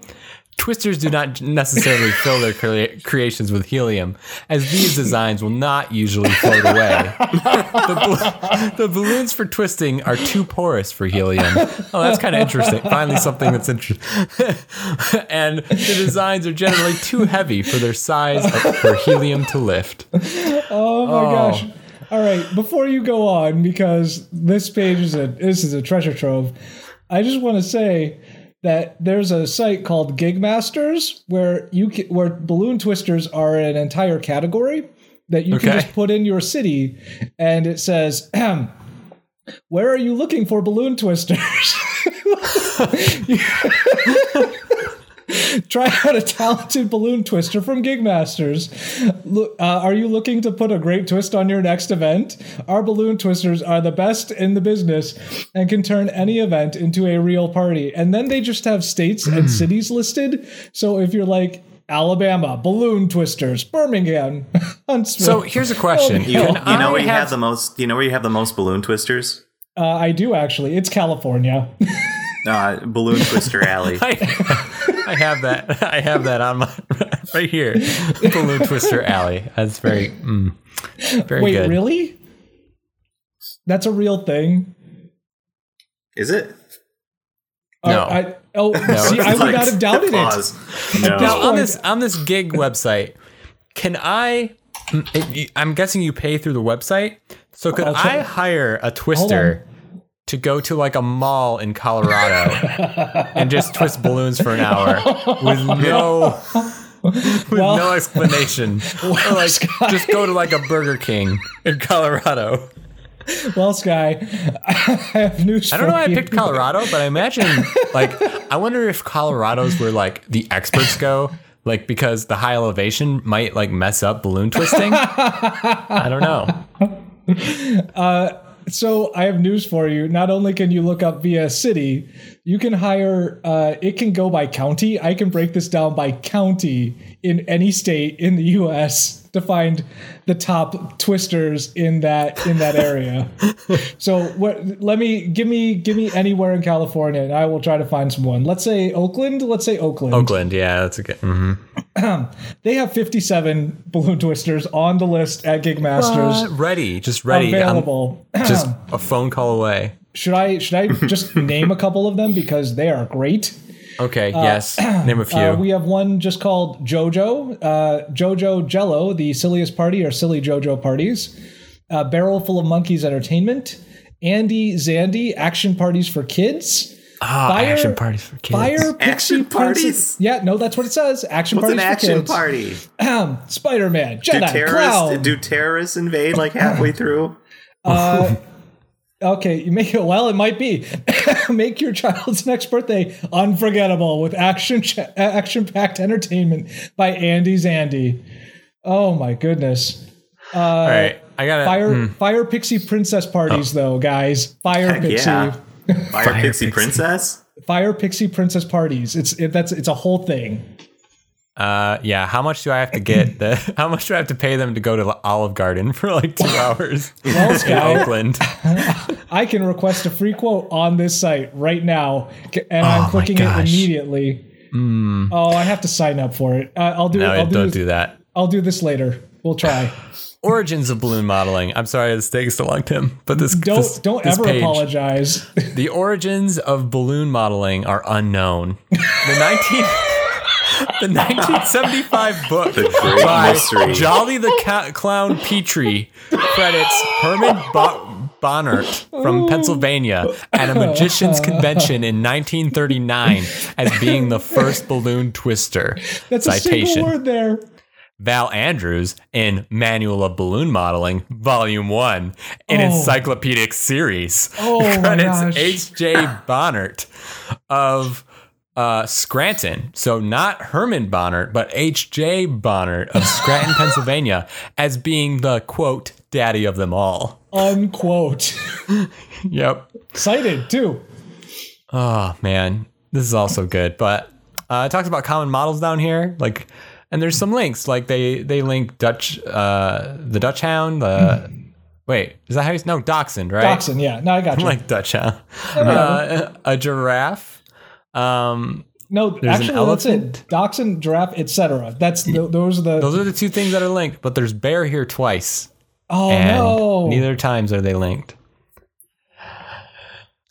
Twisters do not necessarily fill their crea- creations with helium, as these designs will not usually float away. the, bal- the balloons for twisting are too porous for helium. Oh, that's kind of interesting. Finally, something that's interesting. and the designs are generally too heavy for their size or for helium to lift.
Oh my
Oh.
gosh. All right, before you go on, because this page is a this is a treasure trove, I just want to say that there's a site called Gigmasters where you can, where balloon twisters are an entire category that you can
Okay.
just put in your city, and it says, "Ahem, "Where are you looking for balloon twisters?" Try out a talented balloon twister from Gigmasters. Look, uh, are you looking to put a great twist on your next event? Our balloon twisters are the best in the business and can turn any event into a real party. And then they just have states and cities listed. So if you're like Alabama, balloon twisters, Birmingham, Huntsville. Oh,
So here's a question:
You,
Can
you know
I
where you have
have
the most. You know where you have the most balloon twisters.
uh, I do actually. It's California.
Uh, balloon Twister Alley.
I, I have that. I have that on my right here. Balloon Twister Alley. That's very, mm, very
Wait,
good.
really? That's a real thing.
Is it?
Oh,
No.
I, oh, see, I
It's
would
like-
not have doubted it.
Pause. No.
Now on
point.
this on this gig website, can I? mm, it- I'm guessing you pay through the website. So could
I'll check.
I hire a twister to go to like a mall in Colorado and just twist balloons for an hour with no with no explanation? or like just go to like a Burger King in Colorado.
Well, Sky, I have news.
I don't know why I picked Colorado, but I imagine like I wonder if Colorado's where like the experts go, like because the high elevation might like mess up balloon twisting. I don't know.
So I have news for you. Not only can you look up via city, you can hire. Uh, it can go by county. I can break this down by county in any state in the U.S. to find the top twisters in that in that area. so what? Let me give me give me anywhere in California, and I will try to find someone. Let's say Oakland. Let's say Oakland.
Oakland, yeah, that's a good. mhm.
They have fifty-seven balloon twisters on the list at Gigmasters.
Uh, ready, just ready. I'm
Available.
just a phone call away.
Should I should I just name a couple of them because they are great?
Okay, yes. Name a few.
Uh, we have one just called JoJo, uh, JoJo Jello, the silliest party or silly JoJo parties, uh, Barrel Full of Monkeys Entertainment, Andy Zandy, Action Parties for Kids,
Ah,
Fire-
action parties for kids.
Fire Pixie
Action
Princess-
parties?
Yeah, no, that's what it says. Action
What's an
parties for
action
kids.
party?
Spider Man,
Do
Jedi,
terrorists
Clown.
do terrorists invade like halfway through?
Okay, you make it well. It might be make your child's next birthday unforgettable with action action packed entertainment by Andy Zandy. Oh my goodness!
All right, I gotta.
Fire fire pixie princess parties
Oh.
though, guys. Fire
Heck
pixie
yeah. Fire, Pixie, Princess?
fire pixie princess parties. It's it, that's it's a whole thing.
Uh, yeah. How much do I have to get? The, how much do I have to pay them to go to Olive Garden for like two hours
Well,
in
Sky,
Oakland?
I can request a free quote on this site right now, c- and
Oh
I'm
my
clicking it
gosh. Hmm.
immediately. Oh, I have to sign up for it. Uh, I'll do.
No,
I'll do,
don't
this,
do that.
I'll do this later. We'll try.
Origins of balloon modeling. I'm sorry this takes so long, Tim, but this
Don't
this,
don't
this
ever
page.
apologize.
The origins of balloon modeling are unknown. The 19 The 1975 book
great
by
mystery.
Jolly the Ca- Clown Petrie credits Herman Bo- Bonnert from Pennsylvania at a magician's convention in 1939 as being the first balloon twister.
That's a single word there.
Val Andrews in Manual of Balloon Modeling, Volume 1, an encyclopedic series.
Oh my gosh.
Credits H.J. Bonnert of uh, Scranton. So not Herman Bonnert, but H.J. Bonnert of Scranton, Pennsylvania, as being the, quote, daddy of them all.
Unquote.
Yep.
Cited too.
Oh man, this is also good. But uh, it talks about common models down here, like, and there's some links. Like they they link Dutch, uh, the Dutch Hound. The wait, is that how you no Dachshund, right?
Hmm. Dachshund. Yeah. No, I got you.
Like Dutch Hound, uh, a giraffe. Um,
no,
an
actually, that's it. Dachshund, giraffe, etc. That's th- those are the.
those are the two things that are linked. But there's bear here twice,
oh
and
no.
neither times are they linked.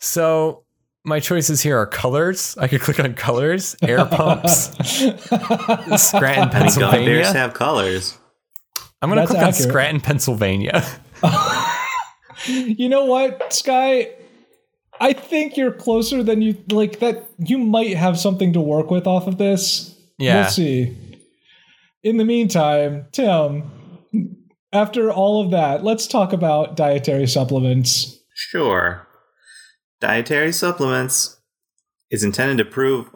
So. My choices here are colors. I could click on colors, air pumps, Scranton,
I mean, don't bears
Pennsylvania.
have colors?
I'm gonna
That's
click
accurate.
on Scranton, Pennsylvania.
You know what, Sky? I think you're closer than you like that you might have something to work with off of this.
Yeah.
We'll see. In the meantime, Tim, after all of that, let's talk about dietary supplements.
Sure. Dietary supplements is intended to prove.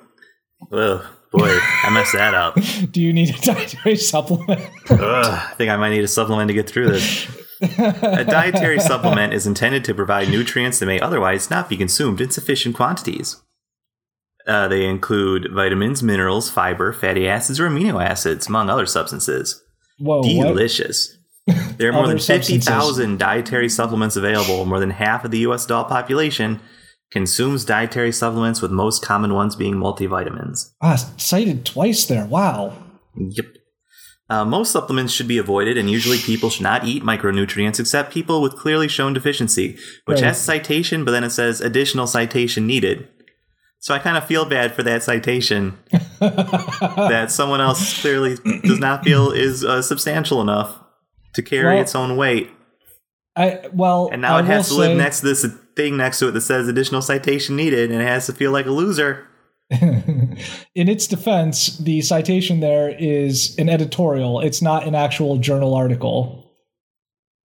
Ugh, boy, I messed that up.
Do you need a dietary supplement?
Ugh, I think I might need a supplement to get through this. A dietary supplement is intended to provide nutrients that may otherwise not be consumed in sufficient quantities. Uh, they include vitamins, minerals, fiber, fatty acids, or amino acids, among other substances.
Whoa. what?
Delicious. There are more
Other
than
substances.
50,000 dietary supplements available. More than half of the U.S. adult population consumes dietary supplements, with most common ones being multivitamins.
Ah, cited twice there. Wow.
Yep. Uh, most supplements should be avoided, and usually people should not eat micronutrients except people with clearly shown deficiency, which
Right.
has citation, but then it says additional citation needed. So I kind of feel bad for that citation that someone else clearly does not feel is uh, substantial enough to carry
Well,
its own weight.
I well.
And now
I
it has to
will
live
say-
next to this thing next to it that says additional citation needed, and it has to feel like a loser.
In its defense, the citation there is an editorial. It's not an actual journal article.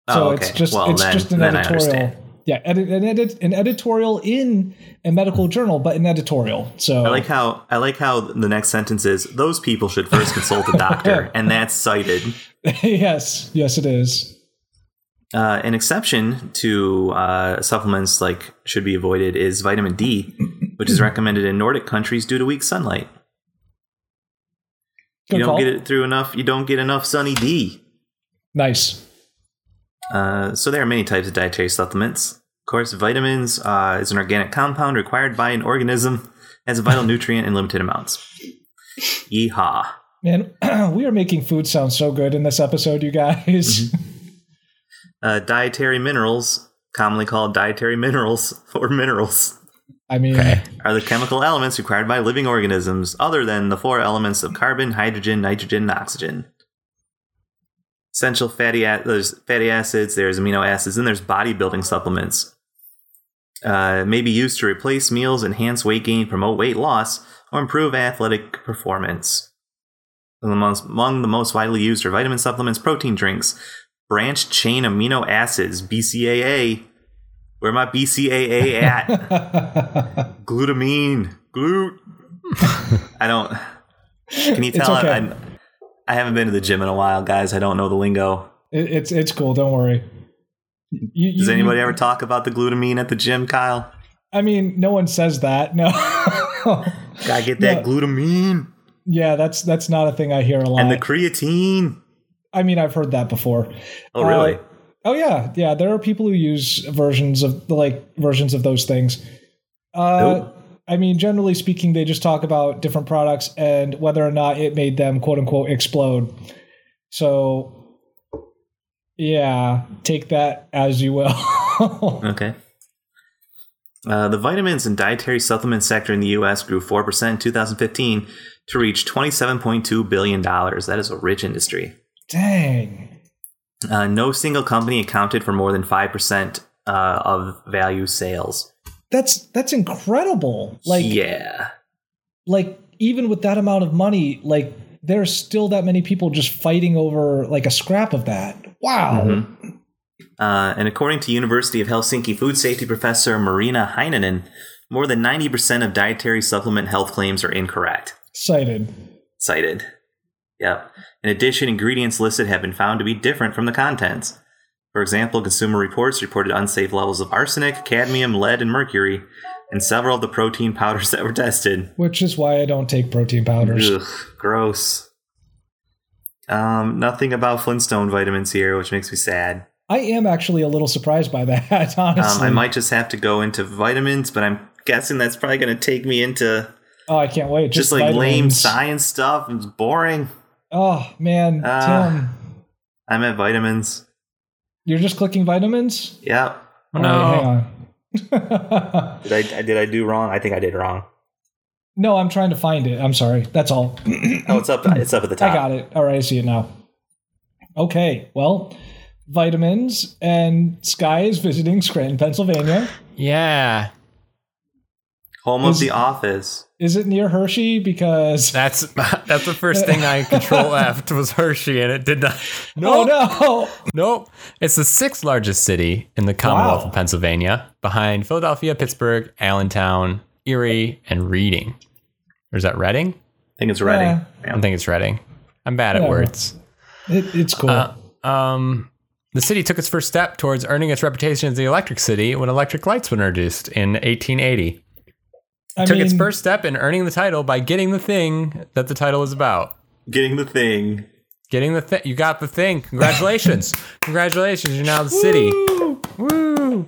So
oh, okay.
it's just
well,
it's
then,
just an
then I
editorial.
understand.
Yeah, edit, an edit an editorial in a medical journal, but an editorial. So
I like how I like how the next sentence is those people should first consult a doctor, and that's cited.
yes, yes, it is.
Uh, an exception to uh, supplements like should be avoided is vitamin D, which is recommended in Nordic countries due to weak sunlight.
Good
you don't
call.
get it through enough. You don't get enough sunny D.
Nice.
Uh, so there are many types of dietary supplements. Of course, vitamins uh, is an organic compound required by an organism as a vital nutrient in limited amounts. Yeehaw.
Man, we are making food sound so good in this episode, you guys.
Mm-hmm. uh, dietary minerals, commonly called dietary minerals or minerals,
I mean,
are the chemical elements required by living organisms other than the four elements of carbon, hydrogen, nitrogen, and oxygen. Essential fatty a- there's fatty acids, there's amino acids, and there's bodybuilding supplements. Uh, may be used to replace meals, enhance weight gain, promote weight loss, or improve athletic performance. And the most- among the most widely used are vitamin supplements, protein drinks, branched chain amino acids, BCAA. Where my BCAA at? glutamine glute i don't can you
It's
tell
okay.
I, I'm, I haven't been to the gym in a while guys i don't know the lingo
it, it's it's cool. Don't worry. You,
does
you-
anybody ever talk about the glutamine at the gym kyle
I mean, no one says that. No.
gotta get that glutamine
yeah, that's that's not a thing I hear a lot.
and the creatine
I mean, I've heard that before.
oh really
Uh, Oh yeah, yeah. There are people who use versions of like versions of those things. Uh,
Nope.
I mean, generally speaking, they just talk about different products and whether or not it made them quote unquote explode. So, yeah, take that as you will.
Okay. Uh, the vitamins and dietary supplement sector in the U.S. grew 4% in 2015 to reach $27.2 billion. That is a rich industry.
Dang.
Uh, no single company accounted for more than 5% uh, of value sales.
That's that's incredible. Like
yeah.
like even with that amount of money, like there's still that many people just fighting over like a scrap of that. Wow.
Mhm. Uh, and according to University of Helsinki food safety professor Marina Heinonen, more than 90% of dietary supplement health claims are incorrect.
Excited.
cited. Yep. In addition, ingredients listed have been found to be different from the contents. For example, Consumer Reports reported unsafe levels of arsenic, cadmium, lead, and mercury in several of the protein powders that were tested.
Which is why I don't take protein powders.
Ugh, gross. Um, nothing about Flintstone vitamins here, which makes me sad.
I am actually a little surprised by that,
Um,
honestly.
I might just have to go into vitamins, but I'm guessing that's probably going to take me into
oh, I can't wait.
just,
Just,
like lame
vitamins.
science stuff. It's boring.
Oh man,
Ah.
Tim,
I'm at vitamins.
you're just clicking vitamins.
Yep.
Oh, No.
All right, hang on.
Did I, did I do wrong? I think I did wrong.
no, I'm trying to find it. I'm sorry. That's all.
Oh, it's up. It's up at the top.
I got it. All right, I see it now. Okay, well, vitamins and Sky is visiting Scranton, Pennsylvania.
Yeah.
Home of the Office.
Is it near Hershey? Because
That's that's the first thing I control F was Hershey, and it did not.
oh
Nope,
no,
nope. It's the sixth largest city in the Commonwealth
Wow.
of Pennsylvania, behind Philadelphia, Pittsburgh, Allentown, Erie, and Reading. Or is that Reading?
I think it's Reading.
Yeah.
I don't think it's Reading. I'm bad at
Whatever.
words.
it, it's cool.
Uh, um, the city took its first step towards earning its reputation as the electric city when electric lights were introduced in 1880.
I
took
mean,
its first step in earning the title by getting the thing that the title is about.
Getting the thing.
Getting the thing. You got the thing. Congratulations. Congratulations. You're now the city. Woo.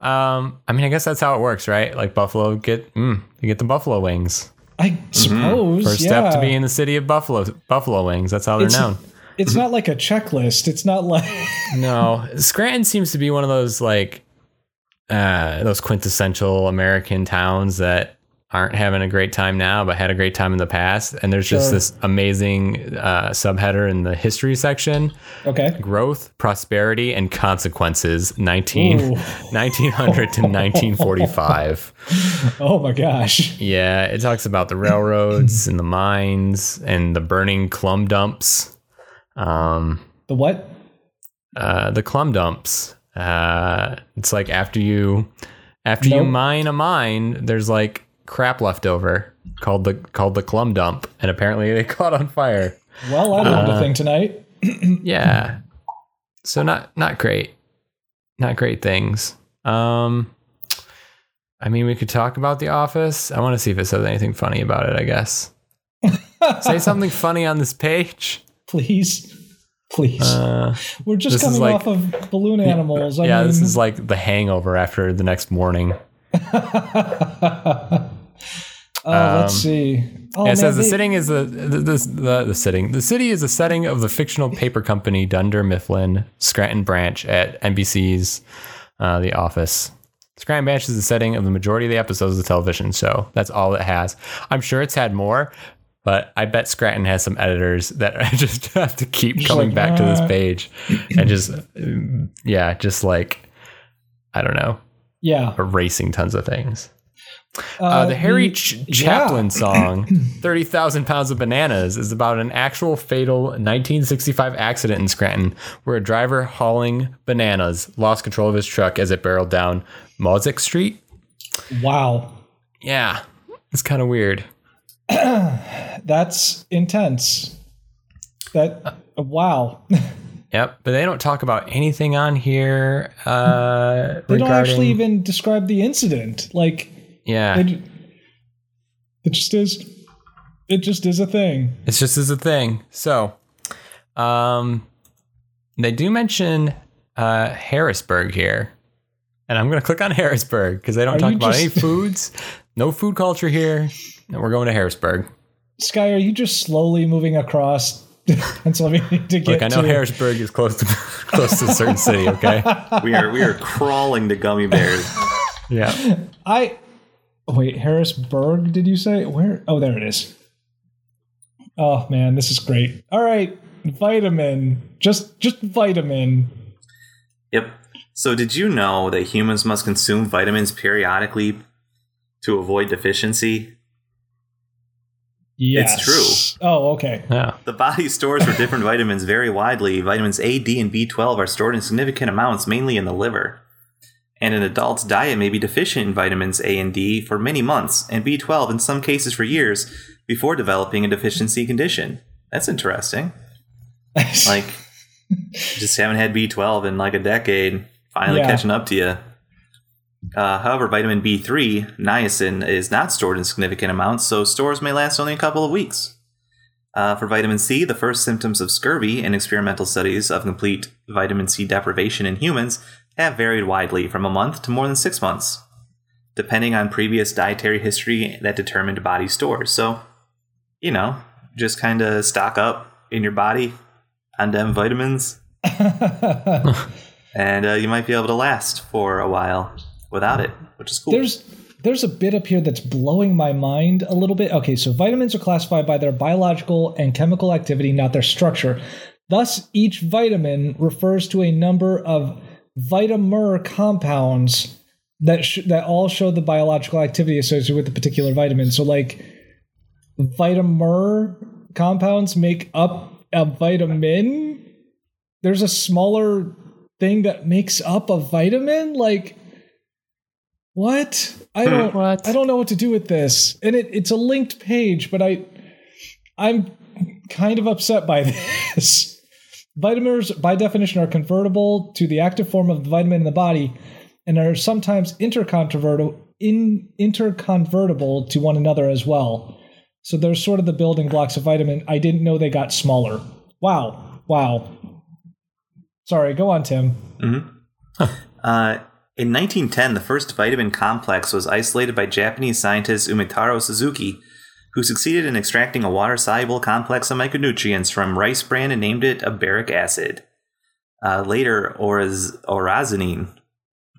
Um, I mean, I guess that's how it works, right? Like Buffalo get mm, you get the Buffalo wings.
I suppose
Mm-hmm. First
yeah.
step to be in the city of Buffalo. Buffalo wings. That's how they're
It's-
known.
It's
Mm-hmm.
not like a checklist. It's not like
No, Scranton seems to be one of those like uh, those quintessential American towns that aren't having a great time now, but had a great time in the past. And there's just
Sure.
this amazing uh, subheader in the history section:
okay.
growth, prosperity, and consequences, 19,
Ooh.
1900 to nineteen forty-five.
Oh my gosh.
Yeah, it talks about the railroads and the mines and the burning clum dumps. Um,
The what?
uh, the clum dumps. Uh, it's like after you after you
Nope.
mine a mine, there's like crap left over called the called the clum dump, and apparently they caught on fire.
Well, I
Uh,
learned a thing tonight.
Yeah, so not not great, not great things. Um, I mean, we could talk about the office. I want to see if it says anything funny about it. I guess say something funny on this page.
Please. Please.
Uh,
We're just
this is
coming
like-
off of balloon animals. I
yeah,
mean,
this is like the hangover after the next morning.
oh, Uh, let's see. Oh,
Um, Yeah, it says the
they-
sitting is the the, the the the sitting. The city is a setting of the fictional paper company Dunder Mifflin Scranton branch at NBC's uh, The Office. Scranton branch is the setting of the majority of the episodes of the television show. That's all it has. I'm sure it's had more, but I bet Scranton has some editors that just have to keep coming
like,
back to this
"Ah."
page and just um, yeah, just like I don't know,
Yeah.
erasing tons of things.
Uh,
Uh, the Harry Ch-
yeah.
Chaplin song, 30,000 Pounds of Bananas, is about an actual fatal 1965 accident in Scranton where a driver hauling bananas lost control of his truck as it barreled down Mozick Street.
Wow.
Yeah, it's kind of weird.
That's intense. That. Wow.
Yep, but they don't talk about anything on here. Uh,
they don't actually even describe the incident. Like,
Yeah,
they ju- it just is. It just is a thing.
it's just as a thing. So, um, They do mention uh, Harrisburg here, and I'm going to click on Harrisburg because they don't
Are
talk
you
about any
just-
foods. No food culture here. And we're going to Harrisburg.
Sky, are you just slowly moving across Pennsylvania to get
Look, I know
to
Harrisburg is close to close to a certain city. Okay,
We are we are crawling to gummy bears.
yeah.
I wait, Harrisburg, did you say? Where oh there it is. Oh man, this is great. All right. Vitamin. Just just vitamin.
Yep. So did you know that humans must consume vitamins periodically to avoid deficiency?
Yes.
true.
Oh, okay.
Yeah.
The body stores for different vitamins vary widely. Vitamins A, D, and B12 are stored in significant amounts, mainly in the liver. And an adult's diet may be deficient in vitamins A and D for many months, and B12 in some cases for years, before developing a deficiency condition. That's interesting. Like, just haven't had B12 in like a decade, finally
Yeah.
catching up to you. Uh, however, vitamin B3, niacin, is not stored in significant amounts, so stores may last only a couple of weeks. Uh, for vitamin C, the first symptoms of scurvy in experimental studies of complete vitamin C deprivation in humans have varied widely from a month to more than six months, depending on previous dietary history that determined body stores. So, you know, just kind of stock up in your body on them vitamins, and uh, you might be able to last for a while without it, which is cool.
There's there's a bit up here that's blowing my mind a little bit. Okay, so vitamins are classified by their biological and chemical activity, not their structure. Thus, each vitamin refers to a number of vitamer compounds that sh- that all show the biological activity associated with the particular vitamin. So, like vitamer compounds make up a vitamin. There's a smaller thing that makes up a vitamin, like. What? I
Hmm.
don't
What?
I don't know what to do with this. And it, it's a linked page, but I I'm kind of upset by this. Vitamins by definition are convertible to the active form of the vitamin in the body and are sometimes interconvertible in interconvertible to one another as well. So they're sort of the building blocks of vitamin. I didn't know they got smaller. Wow. Wow. Sorry, go on, Tim.
Mm-hmm. Uh, in 1910, the first vitamin complex was isolated by Japanese scientist Umitaro Suzuki, who succeeded in extracting a water soluble complex of micronutrients from rice bran and named it aberic acid. Uh, later, oraz- orazinine.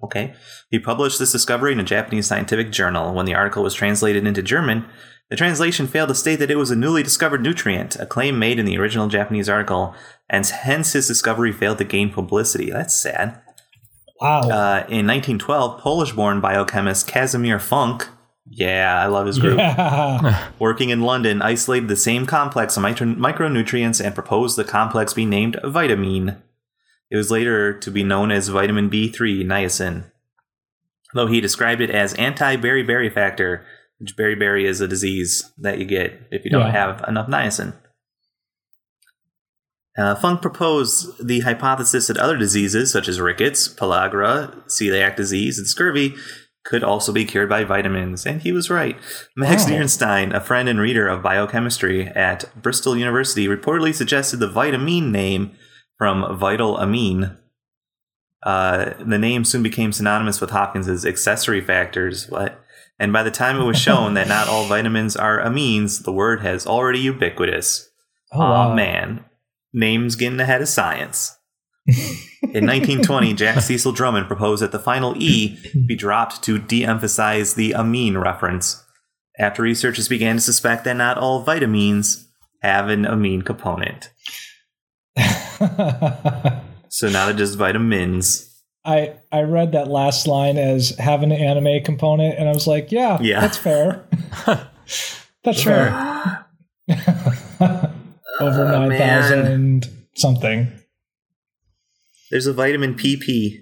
Okay. He published this discovery in a Japanese scientific journal. When the article was translated into German, the translation failed to state that it was a newly discovered nutrient, a claim made in the original Japanese article, and hence his discovery failed to gain publicity. That's sad.
Wow.
Uh, in 1912, Polish born biochemist Casimir Funk, yeah, I love his group,
yeah.
working in London, isolated the same complex of mitro- micronutrients and proposed the complex be named vitamine. It was later to be known as vitamin B3 niacin, though he described it as anti beriberi factor, which beriberi is a disease that you get if you don't
Yeah.
have enough niacin. Uh, Funk proposed the hypothesis that other diseases such as rickets, pellagra, celiac disease, and scurvy could also be cured by vitamins, and he was right. Max
Wow.
Nierenstein, a friend and reader of biochemistry at Bristol University, reportedly suggested the vitamine name from vital amine. Uh, the name soon became synonymous with Hopkins's accessory factors. What? And by the time it was shown that not all vitamins are amines, the word has already ubiquitous.
Oh,
Aw,
wow.
man. Names getting ahead of science. In 1920, Jack Cecil Drummond proposed that the final E be dropped to de emphasize the amine reference. After researchers began to suspect that not all vitamins have an amine component. So now they're just vitamins.
I I read that last line as having an anime component, and I was like, yeah,
Yeah.
that's fair. that's fair. Over
Oh,
nine thousand and something.
There's a vitamin PP,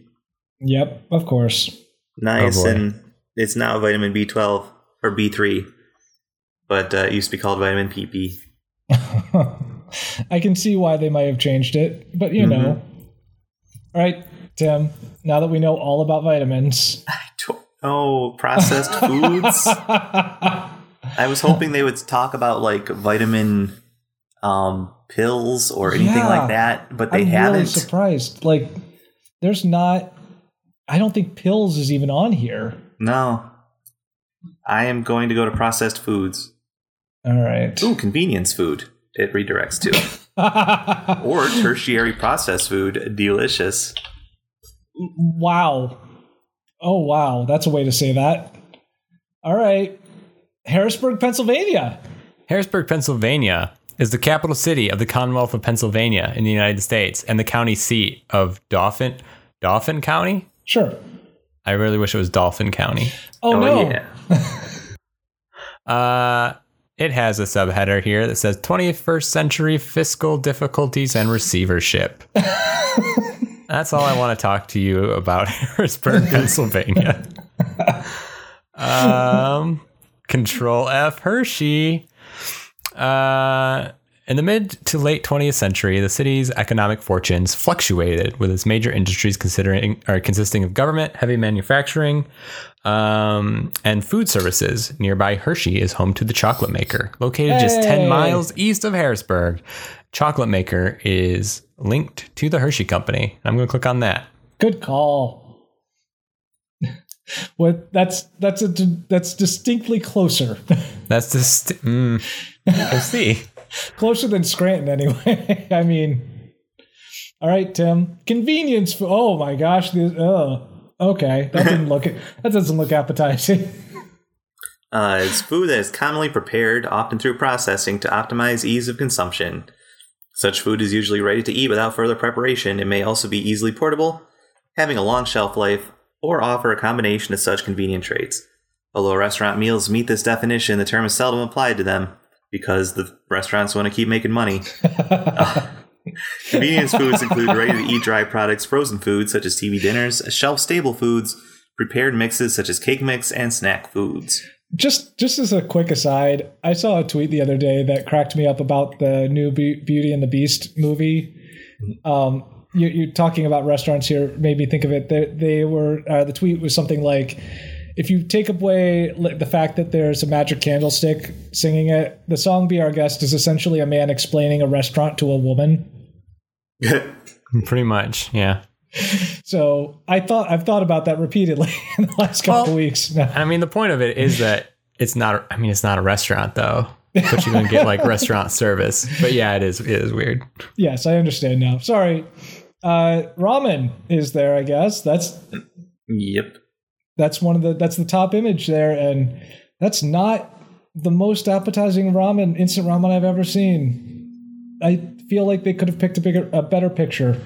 Yep, of course.
niacin. it's now vitamin B12 or B3, but uh, it used to be called vitamin PP.
I can see why they might have changed it, but you know.
Mm-hmm.
All right, Tim. Now that we know all about vitamins,
Oh, processed foods. I was hoping they would talk about like vitamin um, pills or anything
Yeah.
like that, but they
I'm
haven't.
really surprised. Like, there's not. I don't think pills is even on here.
no. I am going to go to processed foods.
All right.
Ooh, convenience food. It redirects to. or tertiary processed food. Delicious.
wow. Oh wow, that's a way to say that. All right. Harrisburg, Pennsylvania.
Harrisburg, Pennsylvania is the capital city of the Commonwealth of Pennsylvania in the United States and the county seat of Dauphin Dauphin County?
Sure.
I really wish it was Dolphin County.
Oh, no.
yeah.
Uh it has a subheader here that says 21st century fiscal difficulties and receivership. That's all I want to talk to you about Harrisburg, Pennsylvania. um, control F Hershey. Uh, in the mid to late 20th century, the city's economic fortunes fluctuated, with its major industries considering or consisting of government, heavy manufacturing, um, and food services. Nearby Hershey is home to the chocolate maker, located just 10
Hey.
miles east of Harrisburg. Chocolate maker is linked to the Hershey Company. I'm going to click on that.
Good call. what that's that's a that's distinctly closer.
That's just. Mm, we'll see.
closer than Scranton anyway. I mean All right, Tim. Convenience food. Oh my gosh, this oh. Okay, that didn't look that doesn't look appetizing.
Uh, it's food that is commonly prepared, often through processing, to optimize ease of consumption. Such food is usually ready to eat without further preparation. It may also be easily portable, having a long shelf life, or offer a combination of such convenient traits. Although restaurant meals meet this definition, the term is seldom applied to them because the restaurants want to keep making money. Convenience foods include ready to eat dry products, frozen foods such as TV dinners, shelf stable foods, prepared mixes such as cake mix, and snack foods.
just just as a quick aside, I saw a tweet the other day that cracked me up about the new Be- Beauty and the Beast movie. Um, you, you're talking about restaurants here. Made me think of it. They, they were uh, the tweet was something like, "If you take away li- the fact that there's a magic candlestick singing it, the song "Be Our Guest" is essentially a man explaining a restaurant to a woman."
Pretty much, yeah.
So I thought I've thought about that repeatedly in the last couple
Well,
weeks.
I mean, the point of it is that it's not. I mean, it's not a restaurant though, but you can get like restaurant service. But yeah, it is. It is weird.
Yes, I understand now. Sorry. Uh, ramen is there, I guess. That's
Yep.
that's one of the that's the top image there, and that's not the most appetizing ramen instant ramen I've ever seen. I feel like they could have picked a bigger a better picture.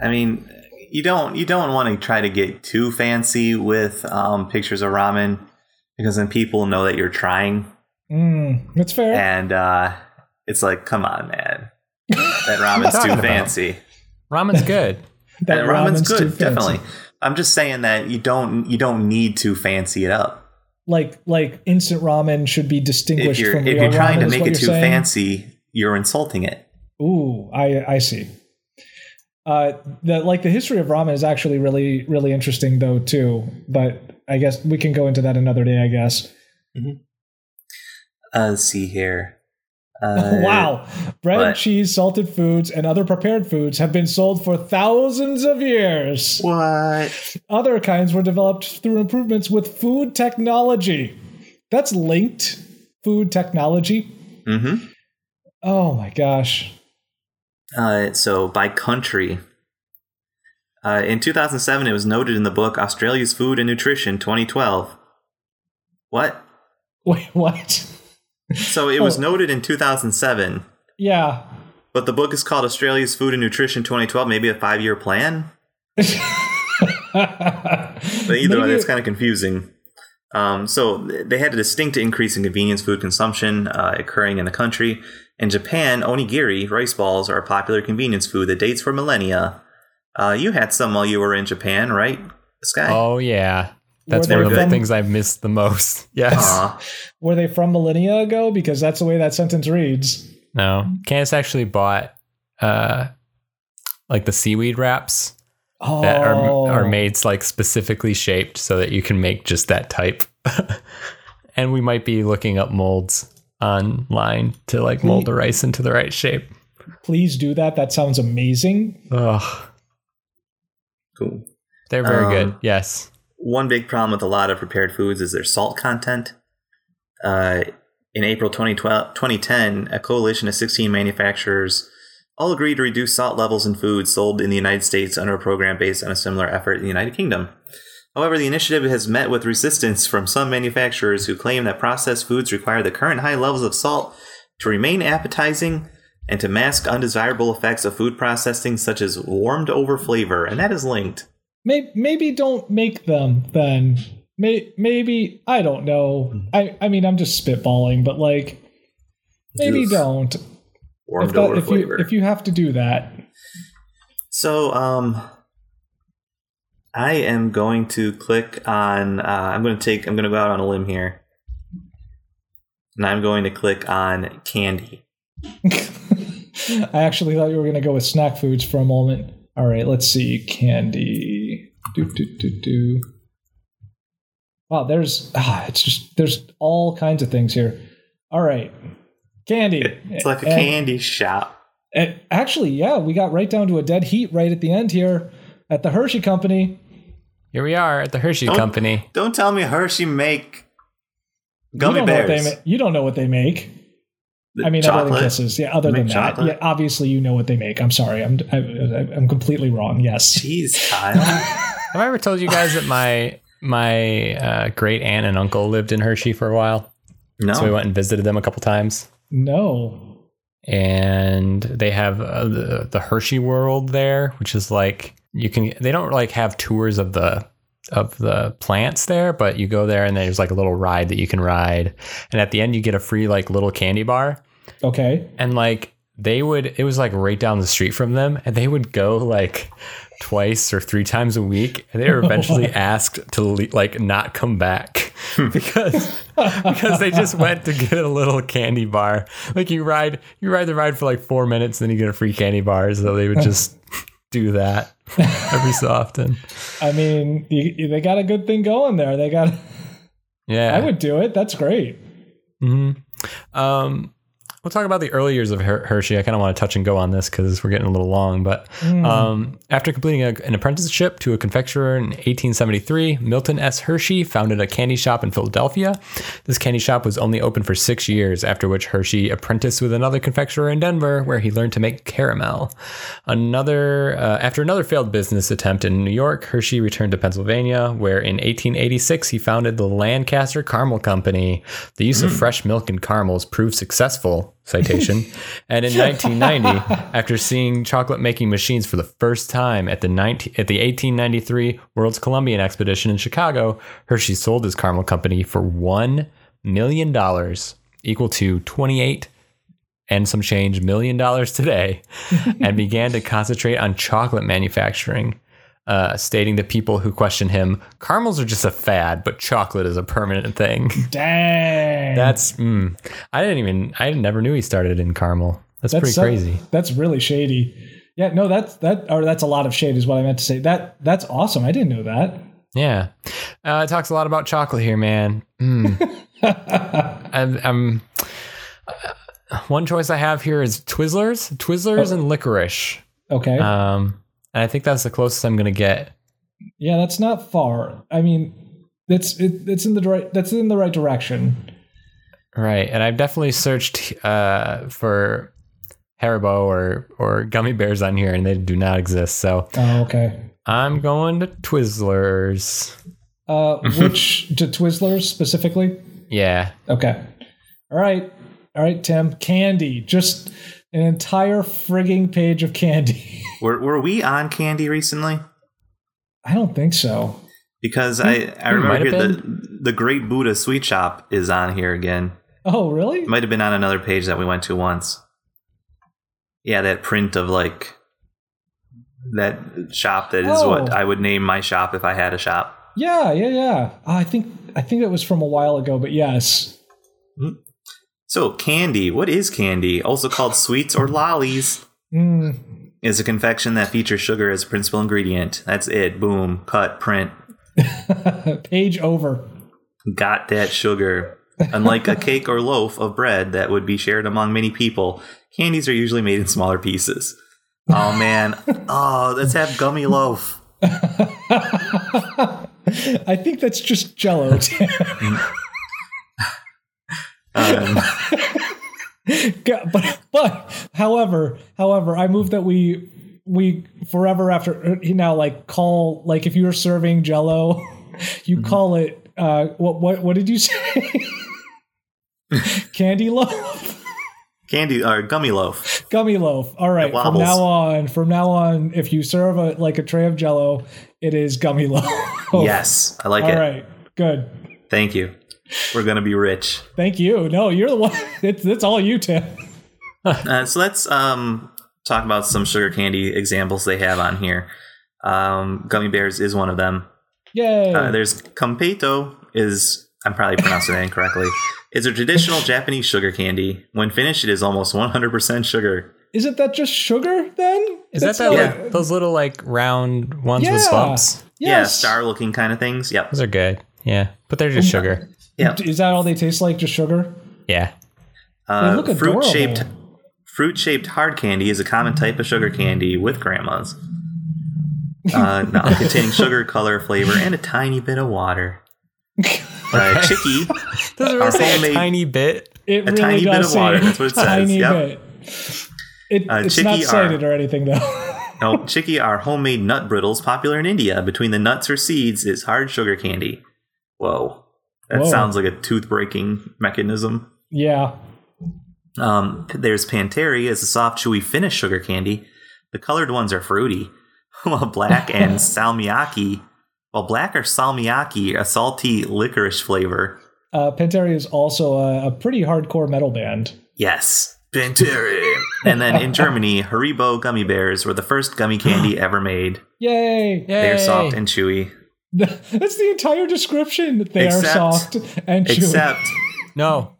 I mean, you don't you don't want to try to get too fancy with um, pictures of ramen because then people know that you're trying,
Mm, that's fair.
and uh, it's like, come on, man, that ramen's
Talking
too
about-
fancy.
Ramen's good.
That ramen's,
too
good,
fancy.
definitely. I'm just saying that you don't you don't need to fancy it up.
Like like instant ramen should be
If
distinguished
you're
from
if
real
you're trying
ramen,
to
is
make
what
it
you're
too
saying.
fancy, you're insulting it.
Ooh, I I see. Uh, the like the history of ramen is actually really really interesting though too. But I guess we can go into that another day. I guess.
Uh, let's see here. Uh,
wow, bread,
but-
cheese, salted foods, and other prepared foods have been sold for thousands of years.
What?
Other kinds were developed through improvements with food technology. That's linked food technology.
Mm-hmm.
Oh my gosh.
Uh, so by country. Uh, in 2007, it was noted in the book Australia's Food and Nutrition 2012. What?
Wait, what?
So it was
Oh.
noted in 2007,
Yeah.
but the book is called Australia's Food and Nutrition 2012, maybe a five year plan? But either way,
Maybe-
that's kind of confusing. Um, so th- they had a distinct increase in convenience food consumption uh, occurring in the country. In Japan, onigiri, rice balls, are a popular convenience food that dates for millennia. Uh, you had some while you were in Japan, right, Sky?
Oh yeah, that's
Were
one
they
of the
good?
things I missed the most. Yes.
Aw.
Were they from millennia ago? Because that's the way that sentence reads.
No. Candace actually bought uh, like the seaweed wraps
Oh,
that are are made like specifically shaped so that you can make just that type. and we might be looking up molds online to like mold the rice into the right shape.
Please do that. That sounds amazing.
Ugh.
Cool.
They're very
Um,
good. Yes.
One big problem with a lot of prepared foods is their salt content. Uh, in April 2012, 2010, a coalition of 16 manufacturers all agreed to reduce salt levels in foods sold in the United States under a program based on a similar effort in the United Kingdom. However, the initiative has met with resistance from some manufacturers who claim that processed foods require the current high levels of salt to remain appetizing and to mask undesirable effects of food processing, such as warmed over flavor, and that is linked.
Maybe, maybe don't make them then. May, maybe I don't know. I I mean I'm just spitballing, but like maybe
Oof.
don't.
Warmed
If, that,
over
if you
flavor.
if you have to do that,
So, um, I am going to click on. Uh, I'm going to take. I'm going to go out on a limb here, and I'm going to click on candy.
I actually thought you were going to go with snack foods for a moment. All right, let's see. Candy. Do, do, do, do. Wow, there's ah, it's just there's all kinds of things here. All right, candy.
It's like a
And-
candy shop.
and actually, yeah, we got right down to a dead heat right at the end here at the Hershey Company.
Here we are at the Hershey
Don't-
Company.
Don't tell me Hershey make
you
gummy
don't Know what
bears.
they ma- you don't know what they make.
The
I mean, other
chocolate.
than kisses. Yeah, other
They
than
make
that.
chocolate?
Yeah, obviously you know what they make. I'm sorry, I'm I, I, I'm completely wrong. Yes.
Jeez, Kyle.
Have I ever told you guys that my my uh, great aunt and uncle lived in Hershey for a while?
no.
So uh, we went and visited them a couple times.
No.
and they have uh, the, the Hershey World there, which is like you can. They don't like have tours of the of the plants there, but you go there and there's like a little ride that you can ride, and at the end you get a free like little candy bar,
Okay.
and like they would. It was like right down the street from them, and they would go like twice or three times a week, and they were eventually asked to le- like not come back because because they just went to get a little candy bar. Like you ride, you ride the ride for like four minutes, and then you get a free candy bar. So they would just do that every so often.
I mean, you, you- they got a good thing going there. They got.
Yeah,
I would do it. That's great.
hmm Um, we'll talk about the early years of Her- Hershey. I kind of want to touch and go on this because we're getting a little long. But um, after completing a, an apprenticeship to a confectioner in 1873, Milton S. Hershey founded a candy shop in Philadelphia. This candy shop was only open for six years, after which Hershey apprenticed with another confectioner in Denver, where he learned to make caramel. Another uh, after another failed business attempt in New York, Hershey returned to Pennsylvania, where in 1886 he founded the Lancaster Caramel Company. The use of fresh milk in caramels proved successful, citation. and in 1990, after seeing chocolate making machines for the first time at the 19, at the 1893 World's Columbian Expedition in Chicago, Hershey sold his caramel company for one million dollars, equal to 28 and some change million dollars today and began to concentrate on chocolate manufacturing, uh, stating to people who questioned him, caramels are just a fad, but chocolate is a permanent thing.
Dang.
That's, mm, I didn't even, I never knew he started in caramel. That's, pretty
so-
crazy.
That's really shady. Yeah. No. That's that. Or that's a lot of shade is what I meant to say. That that's awesome. I didn't know that.
Yeah. Uh, it talks a lot about chocolate here, man. Mm. I'm, I'm- uh, one choice I have here is Twizzlers, Twizzlers and licorice.
Okay.
Um, and I think that's the closest I'm going to get.
yeah. That's not far. I mean, that's it, it's in the right. That's in the right direction.
Right, and I've definitely searched uh, for Haribo or or gummy bears on here, and they do not exist. So
Oh, okay.
I'm going to Twizzlers.
Uh, which to Twizzlers specifically?
Yeah,
Okay. All right. All right, Tim. Candy. Just an entire frigging page of candy.
Were Were we on candy recently?
I don't think so.
Because I I
Hmm, might
remember
have
here the the Great Buddha Sweet Shop is on here again.
Oh, really?
It might have been on another page that we went to once. Yeah, that print of like that shop that is what
Oh.
I would name my shop if I had a shop.
Yeah, yeah, yeah. Ah, I think I think that was from a while ago, but yes.
So, candy, what is candy? Also called sweets or lollies,
Mm,
is a confection that features sugar as a principal ingredient. That's it. Boom, cut, print.
page over.
Got that sugar. Unlike a cake or loaf of bread that would be shared among many people, candies are usually made in smaller pieces. Oh man. Oh, let's have gummy loaf.
I think that's just jello.
Um,
Yeah, but but however however i move that we we forever after uh, you now like call like if you're serving jello you call it uh what what what did you say candy loaf
candy or gummy loaf.
gummy loaf all right from
wobbles.
now on from now on if you serve a like a tray of jello it is gummy loaf Oh,
Yes, I like
All
it.
right. good
Thank you. We're gonna be rich.
thank you no you're the one it's it's all you tim
Uh, so let's um, talk about some sugar candy examples they have on here. Um, gummy bears is one of them.
yay
Uh, there's Kampeito is I'm probably pronouncing that incorrectly. It's a traditional Japanese sugar candy. When finished, it is almost 100% sugar.
isn't that just sugar then
Is that
That's
that
not-
Yeah.
like those little like round ones
Yeah.
with slumps?
Yeah,
yes.
star-looking kind of things. Yep.
Those are good. Yeah, but they're just sugar.
Yeah.
Is that all they taste like? Just sugar?
Yeah.
They
Uh,
look adorable.
fruit-shaped fruit-shaped hard candy is a common type of sugar candy with grandmas. Uh, no, containing sugar, color, flavor, and a tiny bit of water. Uh, Chicky
Does it
Our
really say
homemade-
a tiny bit?
It really
tiny bit
does
of
say
water, that's what it says,
Tiny
yep.
bit. It,
Uh,
it's not
Chicky are-
cited or anything though.
No, chicky are homemade nut brittles popular in India. Between the nuts or seeds is hard sugar candy. Whoa. That
Whoa.
sounds like a tooth breaking mechanism.
yeah.
Um, there's Panteri is a soft, chewy Finnish sugar candy. The colored ones are fruity, while black and salmiakki, while black are salmiakki, a salty licorice flavor.
Uh, Pantera is also a, a pretty hardcore metal band.
Yes, Panteri. and then in Germany, Haribo gummy bears were the first gummy candy ever made.
Yay!
They are soft and chewy.
That's the entire description. They
Except-
are soft and chewy.
Except
no.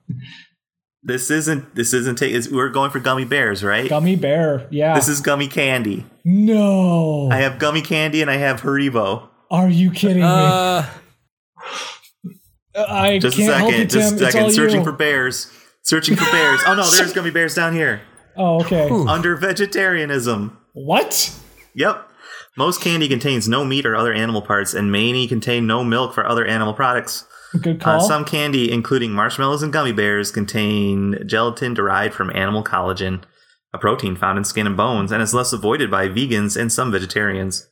This isn't. This isn't. Ta- is- we're going for gummy bears, right?
Gummy bear. Yeah.
This is gummy candy.
no.
I have gummy candy and I have Haribo.
are you kidding
Uh,
me? I
Just a
can't help you,
second.
Tim.
Just a
it's all
second. Searching
you.
for bears. Searching for bears. Oh no, there's gummy bears down here.
Oh, okay.
Ooh.
Under vegetarianism.
What?
Yep. Most candy contains no meat or other animal parts, and many contain no milk for other animal products.
Good
Uh,
call.
some candy, including marshmallows and gummy bears, contain gelatin derived from animal collagen, a protein found in skin and bones, and is less avoided by vegans and some vegetarians.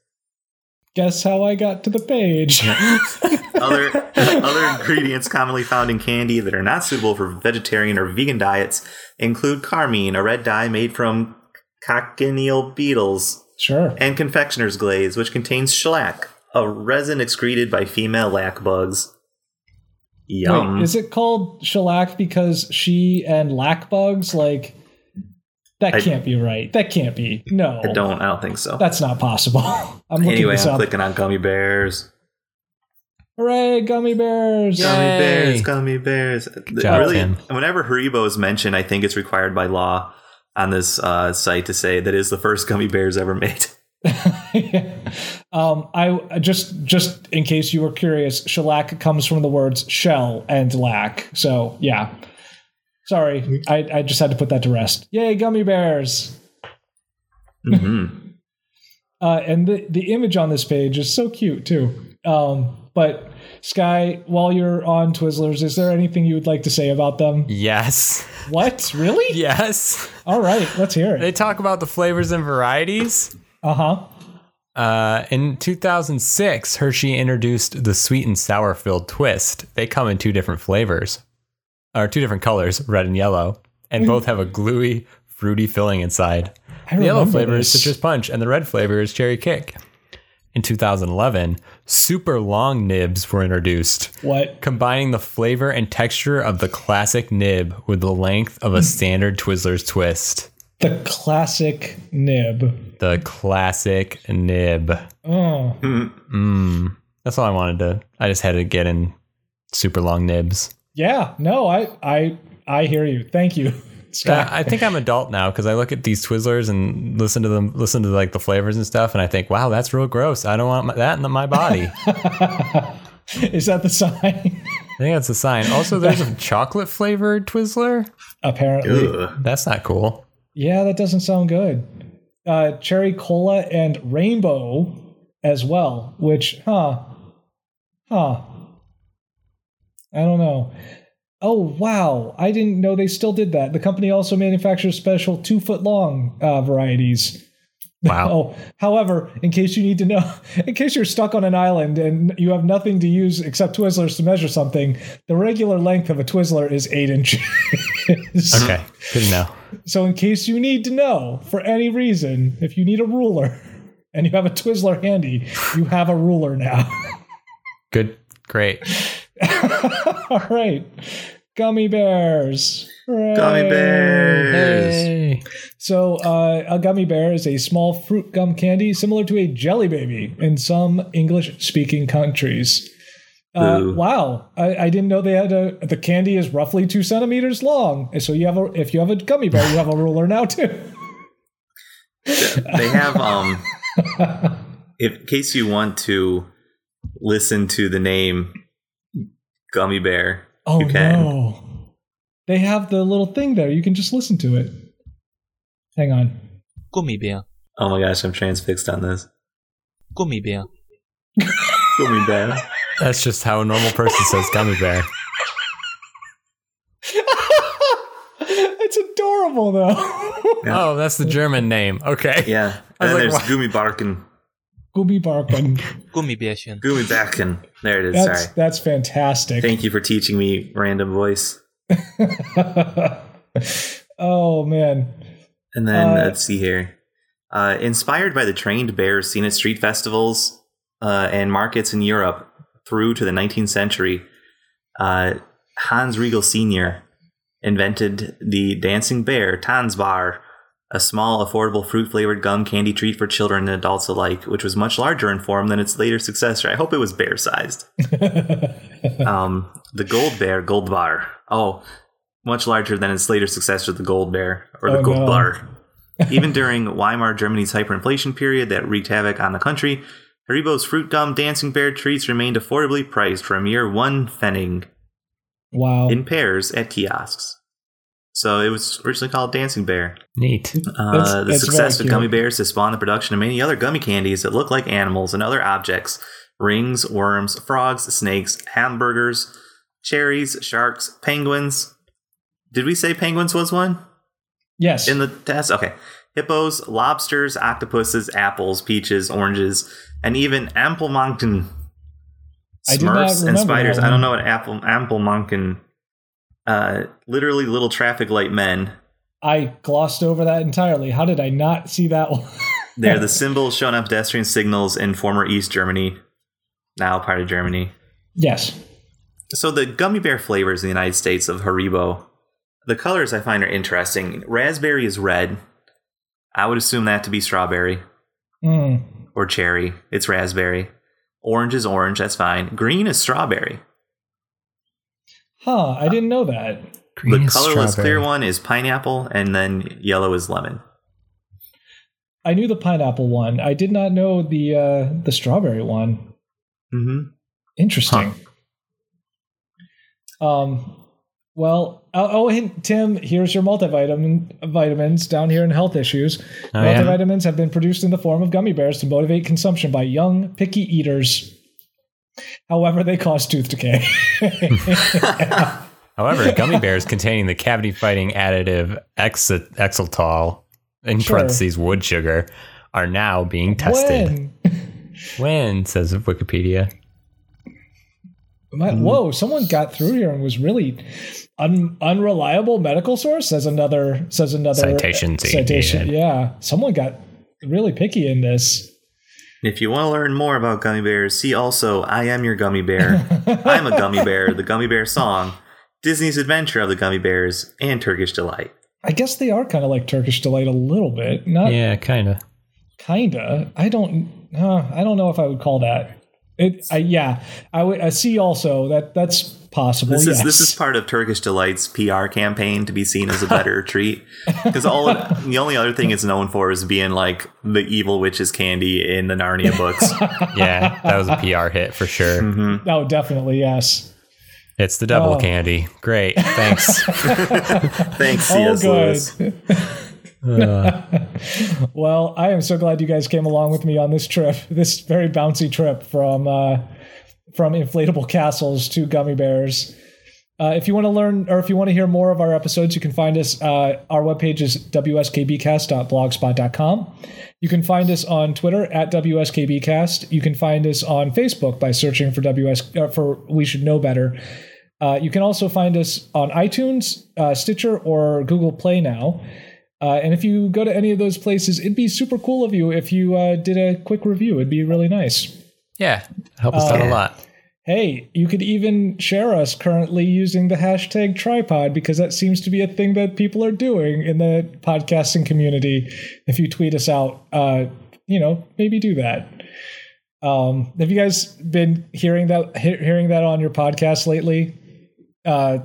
Guess how I got to the page.
other other ingredients commonly found in candy that are not suitable for vegetarian or vegan diets include carmine, a red dye made from cochineal beetles,
sure.
and confectioner's glaze, which contains shellac, a resin excreted by female lac bugs. Yum.
Oh,
Wait, is it called shellac because she and lac bugs? Like, that
I-
can't be right. That can't be. No.
I don't. I don't think so.
That's not possible. I'm looking
Anyway,
this
I'm
up.
clicking on gummy bears.
Hooray, gummy bears.
Yeah.
Gummy
Yay.
bears. Gummy bears.
job,
really,
Tim.
whenever Haribo is mentioned, I think it's required by law on this uh, site to say that is the first gummy bears ever made.
um, I I just just in case you were curious, shellac comes from the words shell and lac. So yeah. Sorry, I, I just had to put that to rest. Yay, gummy bears!
hmm
Uh, and the, the image on this page is so cute too. Um, but Sky, while you're on Twizzlers, is there anything you would like to say about them?
yes.
What? Really?
Yes.
All right, let's hear
They
it.
talk about the flavors and varieties.
Uh huh.
Uh, in 2006, Hershey introduced the sweet and sour filled twist. They come in two different flavors, or two different colors, red and yellow, and both have a gluey, fruity filling inside.
I
The yellow
remember
flavor is
this.
citrus punch, and the red flavor is cherry kick. In 2011, super long nibs were introduced,
What?
combining the flavor and texture of the classic nib with the length
Hmm.
of a standard Twizzlers twist.
The classic nib.
The classic nib.
Oh,
Mm, that's all I wanted to. I just had to get in super long nibs.
yeah. No, I I I hear you. Thank you,
Uh,
Sky.
I think I'm adult now because I look at these Twizzlers and listen to them, listen to like the flavors and stuff, and I think, wow, that's real gross. I don't want my, that in my body.
is that the sign?
I think that's a sign. Also, there's a chocolate flavored Twizzler.
Apparently,
Ugh.
That's not cool.
yeah, that doesn't sound good. Uh, cherry cola and rainbow as well, which, huh, huh. I don't know. Oh wow! I didn't know they still did that. The company also manufactures special two foot long uh, varieties.
Wow.
Oh, however, in case you need to know, in case you're stuck on an island and you have nothing to use except Twizzlers to measure something, the regular length of a Twizzler is eight inches.
Okay. Good to know.
So, in case you need to know for any reason, if you need a ruler and you have a Twizzler handy, you have a ruler now.
Good. Great.
All right. Gummy bears.
Gummy
Hooray.
bears.
Hey.
So, uh, a gummy bear is a small fruit gum candy similar to a jelly baby in some English speaking countries. Uh,
Boo.
wow, I, I didn't know they had a. The candy is roughly two centimeters long, And so you have a. If you have a gummy bear, you have a ruler now too.
they have um if, in case you want to listen to the name gummy bear
Oh
you can
no, they have the little thing there. You can just listen to it. Hang on.
gummy bear,
oh my gosh i'm transfixed on this
gummy bear,
gummy bear
That's just how a normal person says gummy bear.
it's adorable though.
Yeah.
Oh, that's the German name. Okay.
yeah
I
and then
was like,
there's
why-
gummy barkin
Gooby barkin.
gummibärchen,
gummy barkin there it is
That's
sorry
that's fantastic.
thank you for teaching me random voice
oh man.
and then
Uh,
let's see here uh, inspired by the trained bears seen at street festivals uh, and markets in europe through to the 19th century uh, Hans Riegel Sr. invented the Dancing Bear Tanzbar, a small, affordable fruit flavored gum candy treat for children and adults alike, which was much larger in form than its later successor. I hope it was bear sized. um, the Gold Bear, Gold Bar. Oh, much larger than its later successor, the Gold Bear, or the
Oh,
Gold
no.
Bar. Even during Weimar Germany's hyperinflation period that wreaked havoc on the country, Haribo's fruit gum dancing bear treats remained affordably priced for a mere one pfennig
Wow.
in pairs at kiosks. So it was originally called Dancing Bear.
Neat.
Uh,
That's-
the
that's
success
very
of gummy
cute.
bears has spawned the production of many other gummy candies that look like animals and other objects rings, worms, frogs, snakes, hamburgers, cherries, sharks, penguins. Did we say penguins was one?
yes.
In the test? Okay. Hippos, lobsters, octopuses, apples, peaches, oranges, and even ampelmonkton.
I did not
Smurfs and
remember
spiders.
that
I don't
one.
know what apple ampelmonkton. Uh, literally, little traffic light men.
I glossed over that entirely. How did I not see that one?
They're the symbols shown on pedestrian signals in former East Germany, now part of Germany.
yes.
So the gummy bear flavors in the United States of Haribo, the colors I find are interesting. Raspberry is red. I would assume that to be strawberry.
Mm.
or cherry. It's raspberry. Orange is orange. That's fine. Green is strawberry.
Huh. I didn't know that.
the colorless clear one is pineapple, and then yellow is lemon.
I knew the pineapple one. I did not know the uh, the strawberry one.
Mm-hmm.
Interesting. Um, well, oh, oh, and Tim, here's your multivitamin vitamins down here in health issues.
Oh, yeah?
Multivitamins have been produced in the form of gummy bears to motivate consumption by young picky eaters. However, they cause tooth decay.
However, gummy bears containing the cavity fighting additive exa- exaltol, in
Sure.
parentheses wood sugar, are now being tested.
when?
When, says Wikipedia.
My- Whoa! Someone got through here and was really un- unreliable medical source. Says another. Says another
Citations he
Citation.
needed.
Yeah. Someone got really picky in this.
If you want to learn more about gummy bears, see also I Am Your Gummy Bear, I'm a Gummy Bear, the Gummy Bear song, Disney's Adventure of the Gummy Bears, and Turkish Delight.
I guess they are kind of like Turkish delight a little bit. Not
yeah, kind of.
kinda. I don't. Uh, I don't know if I would call that. It. I, yeah. I would. I see. Also, that that's possible.
This is
yes.
this is part of Turkish Delight's PR campaign to be seen as a better treat because all of, the only other thing it's known for is being like the evil witch's candy in the Narnia books.
Yeah, that was a PR hit for sure.
Oh, definitely yes.
It's the double
Oh.
candy. Great. Thanks.
Thanks,
All
C.S. Lewis.
good. well, I am so glad you guys came along with me on this trip, this very bouncy trip from uh, from inflatable castles to gummy bears. Uh, if you want to learn or if you want to hear more of our episodes, you can find us. Uh, our webpage is wskbcast.blogspot.com. You can find us on Twitter at wskbcast. You can find us on Facebook by searching for ws uh, for We Should Know Better. Uh, you can also find us on iTunes, uh, Stitcher, or Google Play now. Uh, and if you go to any of those places, it'd be super cool of you if you uh, did a quick review. It'd be really nice.
yeah. Help us
Oh.
out a lot.
Hey, you could even share us currently using the hashtag tripod because that seems to be a thing that people are doing in the podcasting community. If you tweet us out, uh, you know, maybe do that. Um, have you guys been hearing that he- hearing that on your podcast lately? Uh,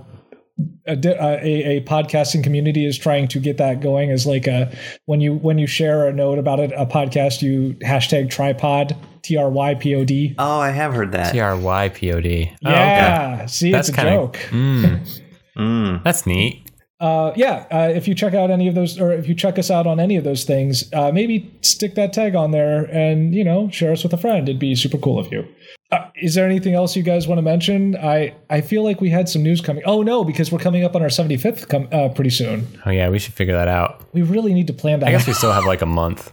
a, di- uh, a, a podcasting community is trying to get that going as like a when you when you share a note about it, a podcast you hashtag tripod t r y p o d
Oh, I have heard that.
T R Y P O D. Oh, okay.
yeah, see,
That's
it's a
kinda-
joke.
Mm,
Mm.
that's neat.
Uh, yeah, uh, if you check out any of those, or if you check us out on any of those things, uh, maybe stick that tag on there and you know share us with a friend. It'd be super cool of you. Uh, is there anything else you guys want to mention? I I feel like we had some news coming. Oh no, because we're coming up on our seventy fifth com- uh, pretty soon.
Oh yeah, we should figure that out.
We really need to plan that.
I guess we still have like a month.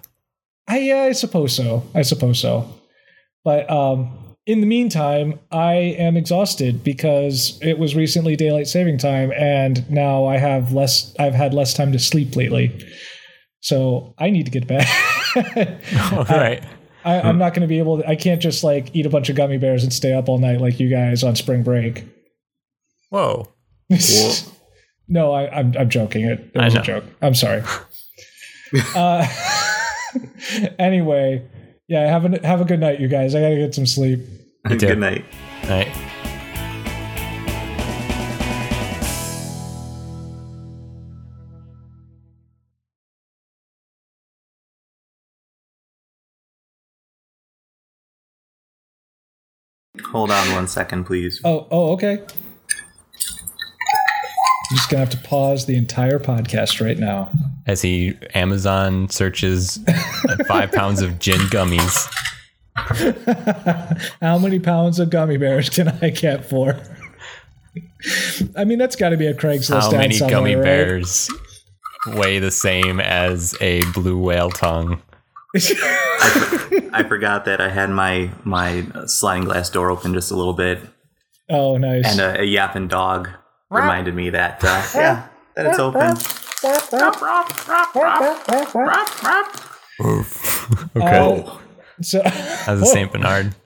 I, yeah, I suppose so. I suppose so. But um, in the meantime, I am exhausted because it was recently daylight saving time, and now I have less. I've had less time to sleep lately, so I need to get back.
All right.
I, I'm not going to be able. To, I can't just like eat a bunch of gummy bears and stay up all night like you guys on spring break.
Whoa.
no, I, I'm I'm joking. It, it
I
was a
know.
joke. I'm sorry. uh, anyway, yeah. Have a have a good night, you guys. I gotta get some sleep.
You
Good
did.
night.
All right.
Hold on one second, please.
Oh, oh, okay. I'm just gonna have to pause the entire podcast right now.
As he Amazon searches five pounds of gin gummies.
How many pounds of gummy bears can I get for? I mean, that's got to be a Craigslist
How
ad
many
somewhere,
gummy
right?
bears weigh the same as a blue whale tongue?
I forgot that I had my my sliding glass door open just a little bit,
Oh, nice.
and a, a yapping dog reminded me that uh, yeah, that it's open.
Okay.
So. Oh.
As a Saint Bernard.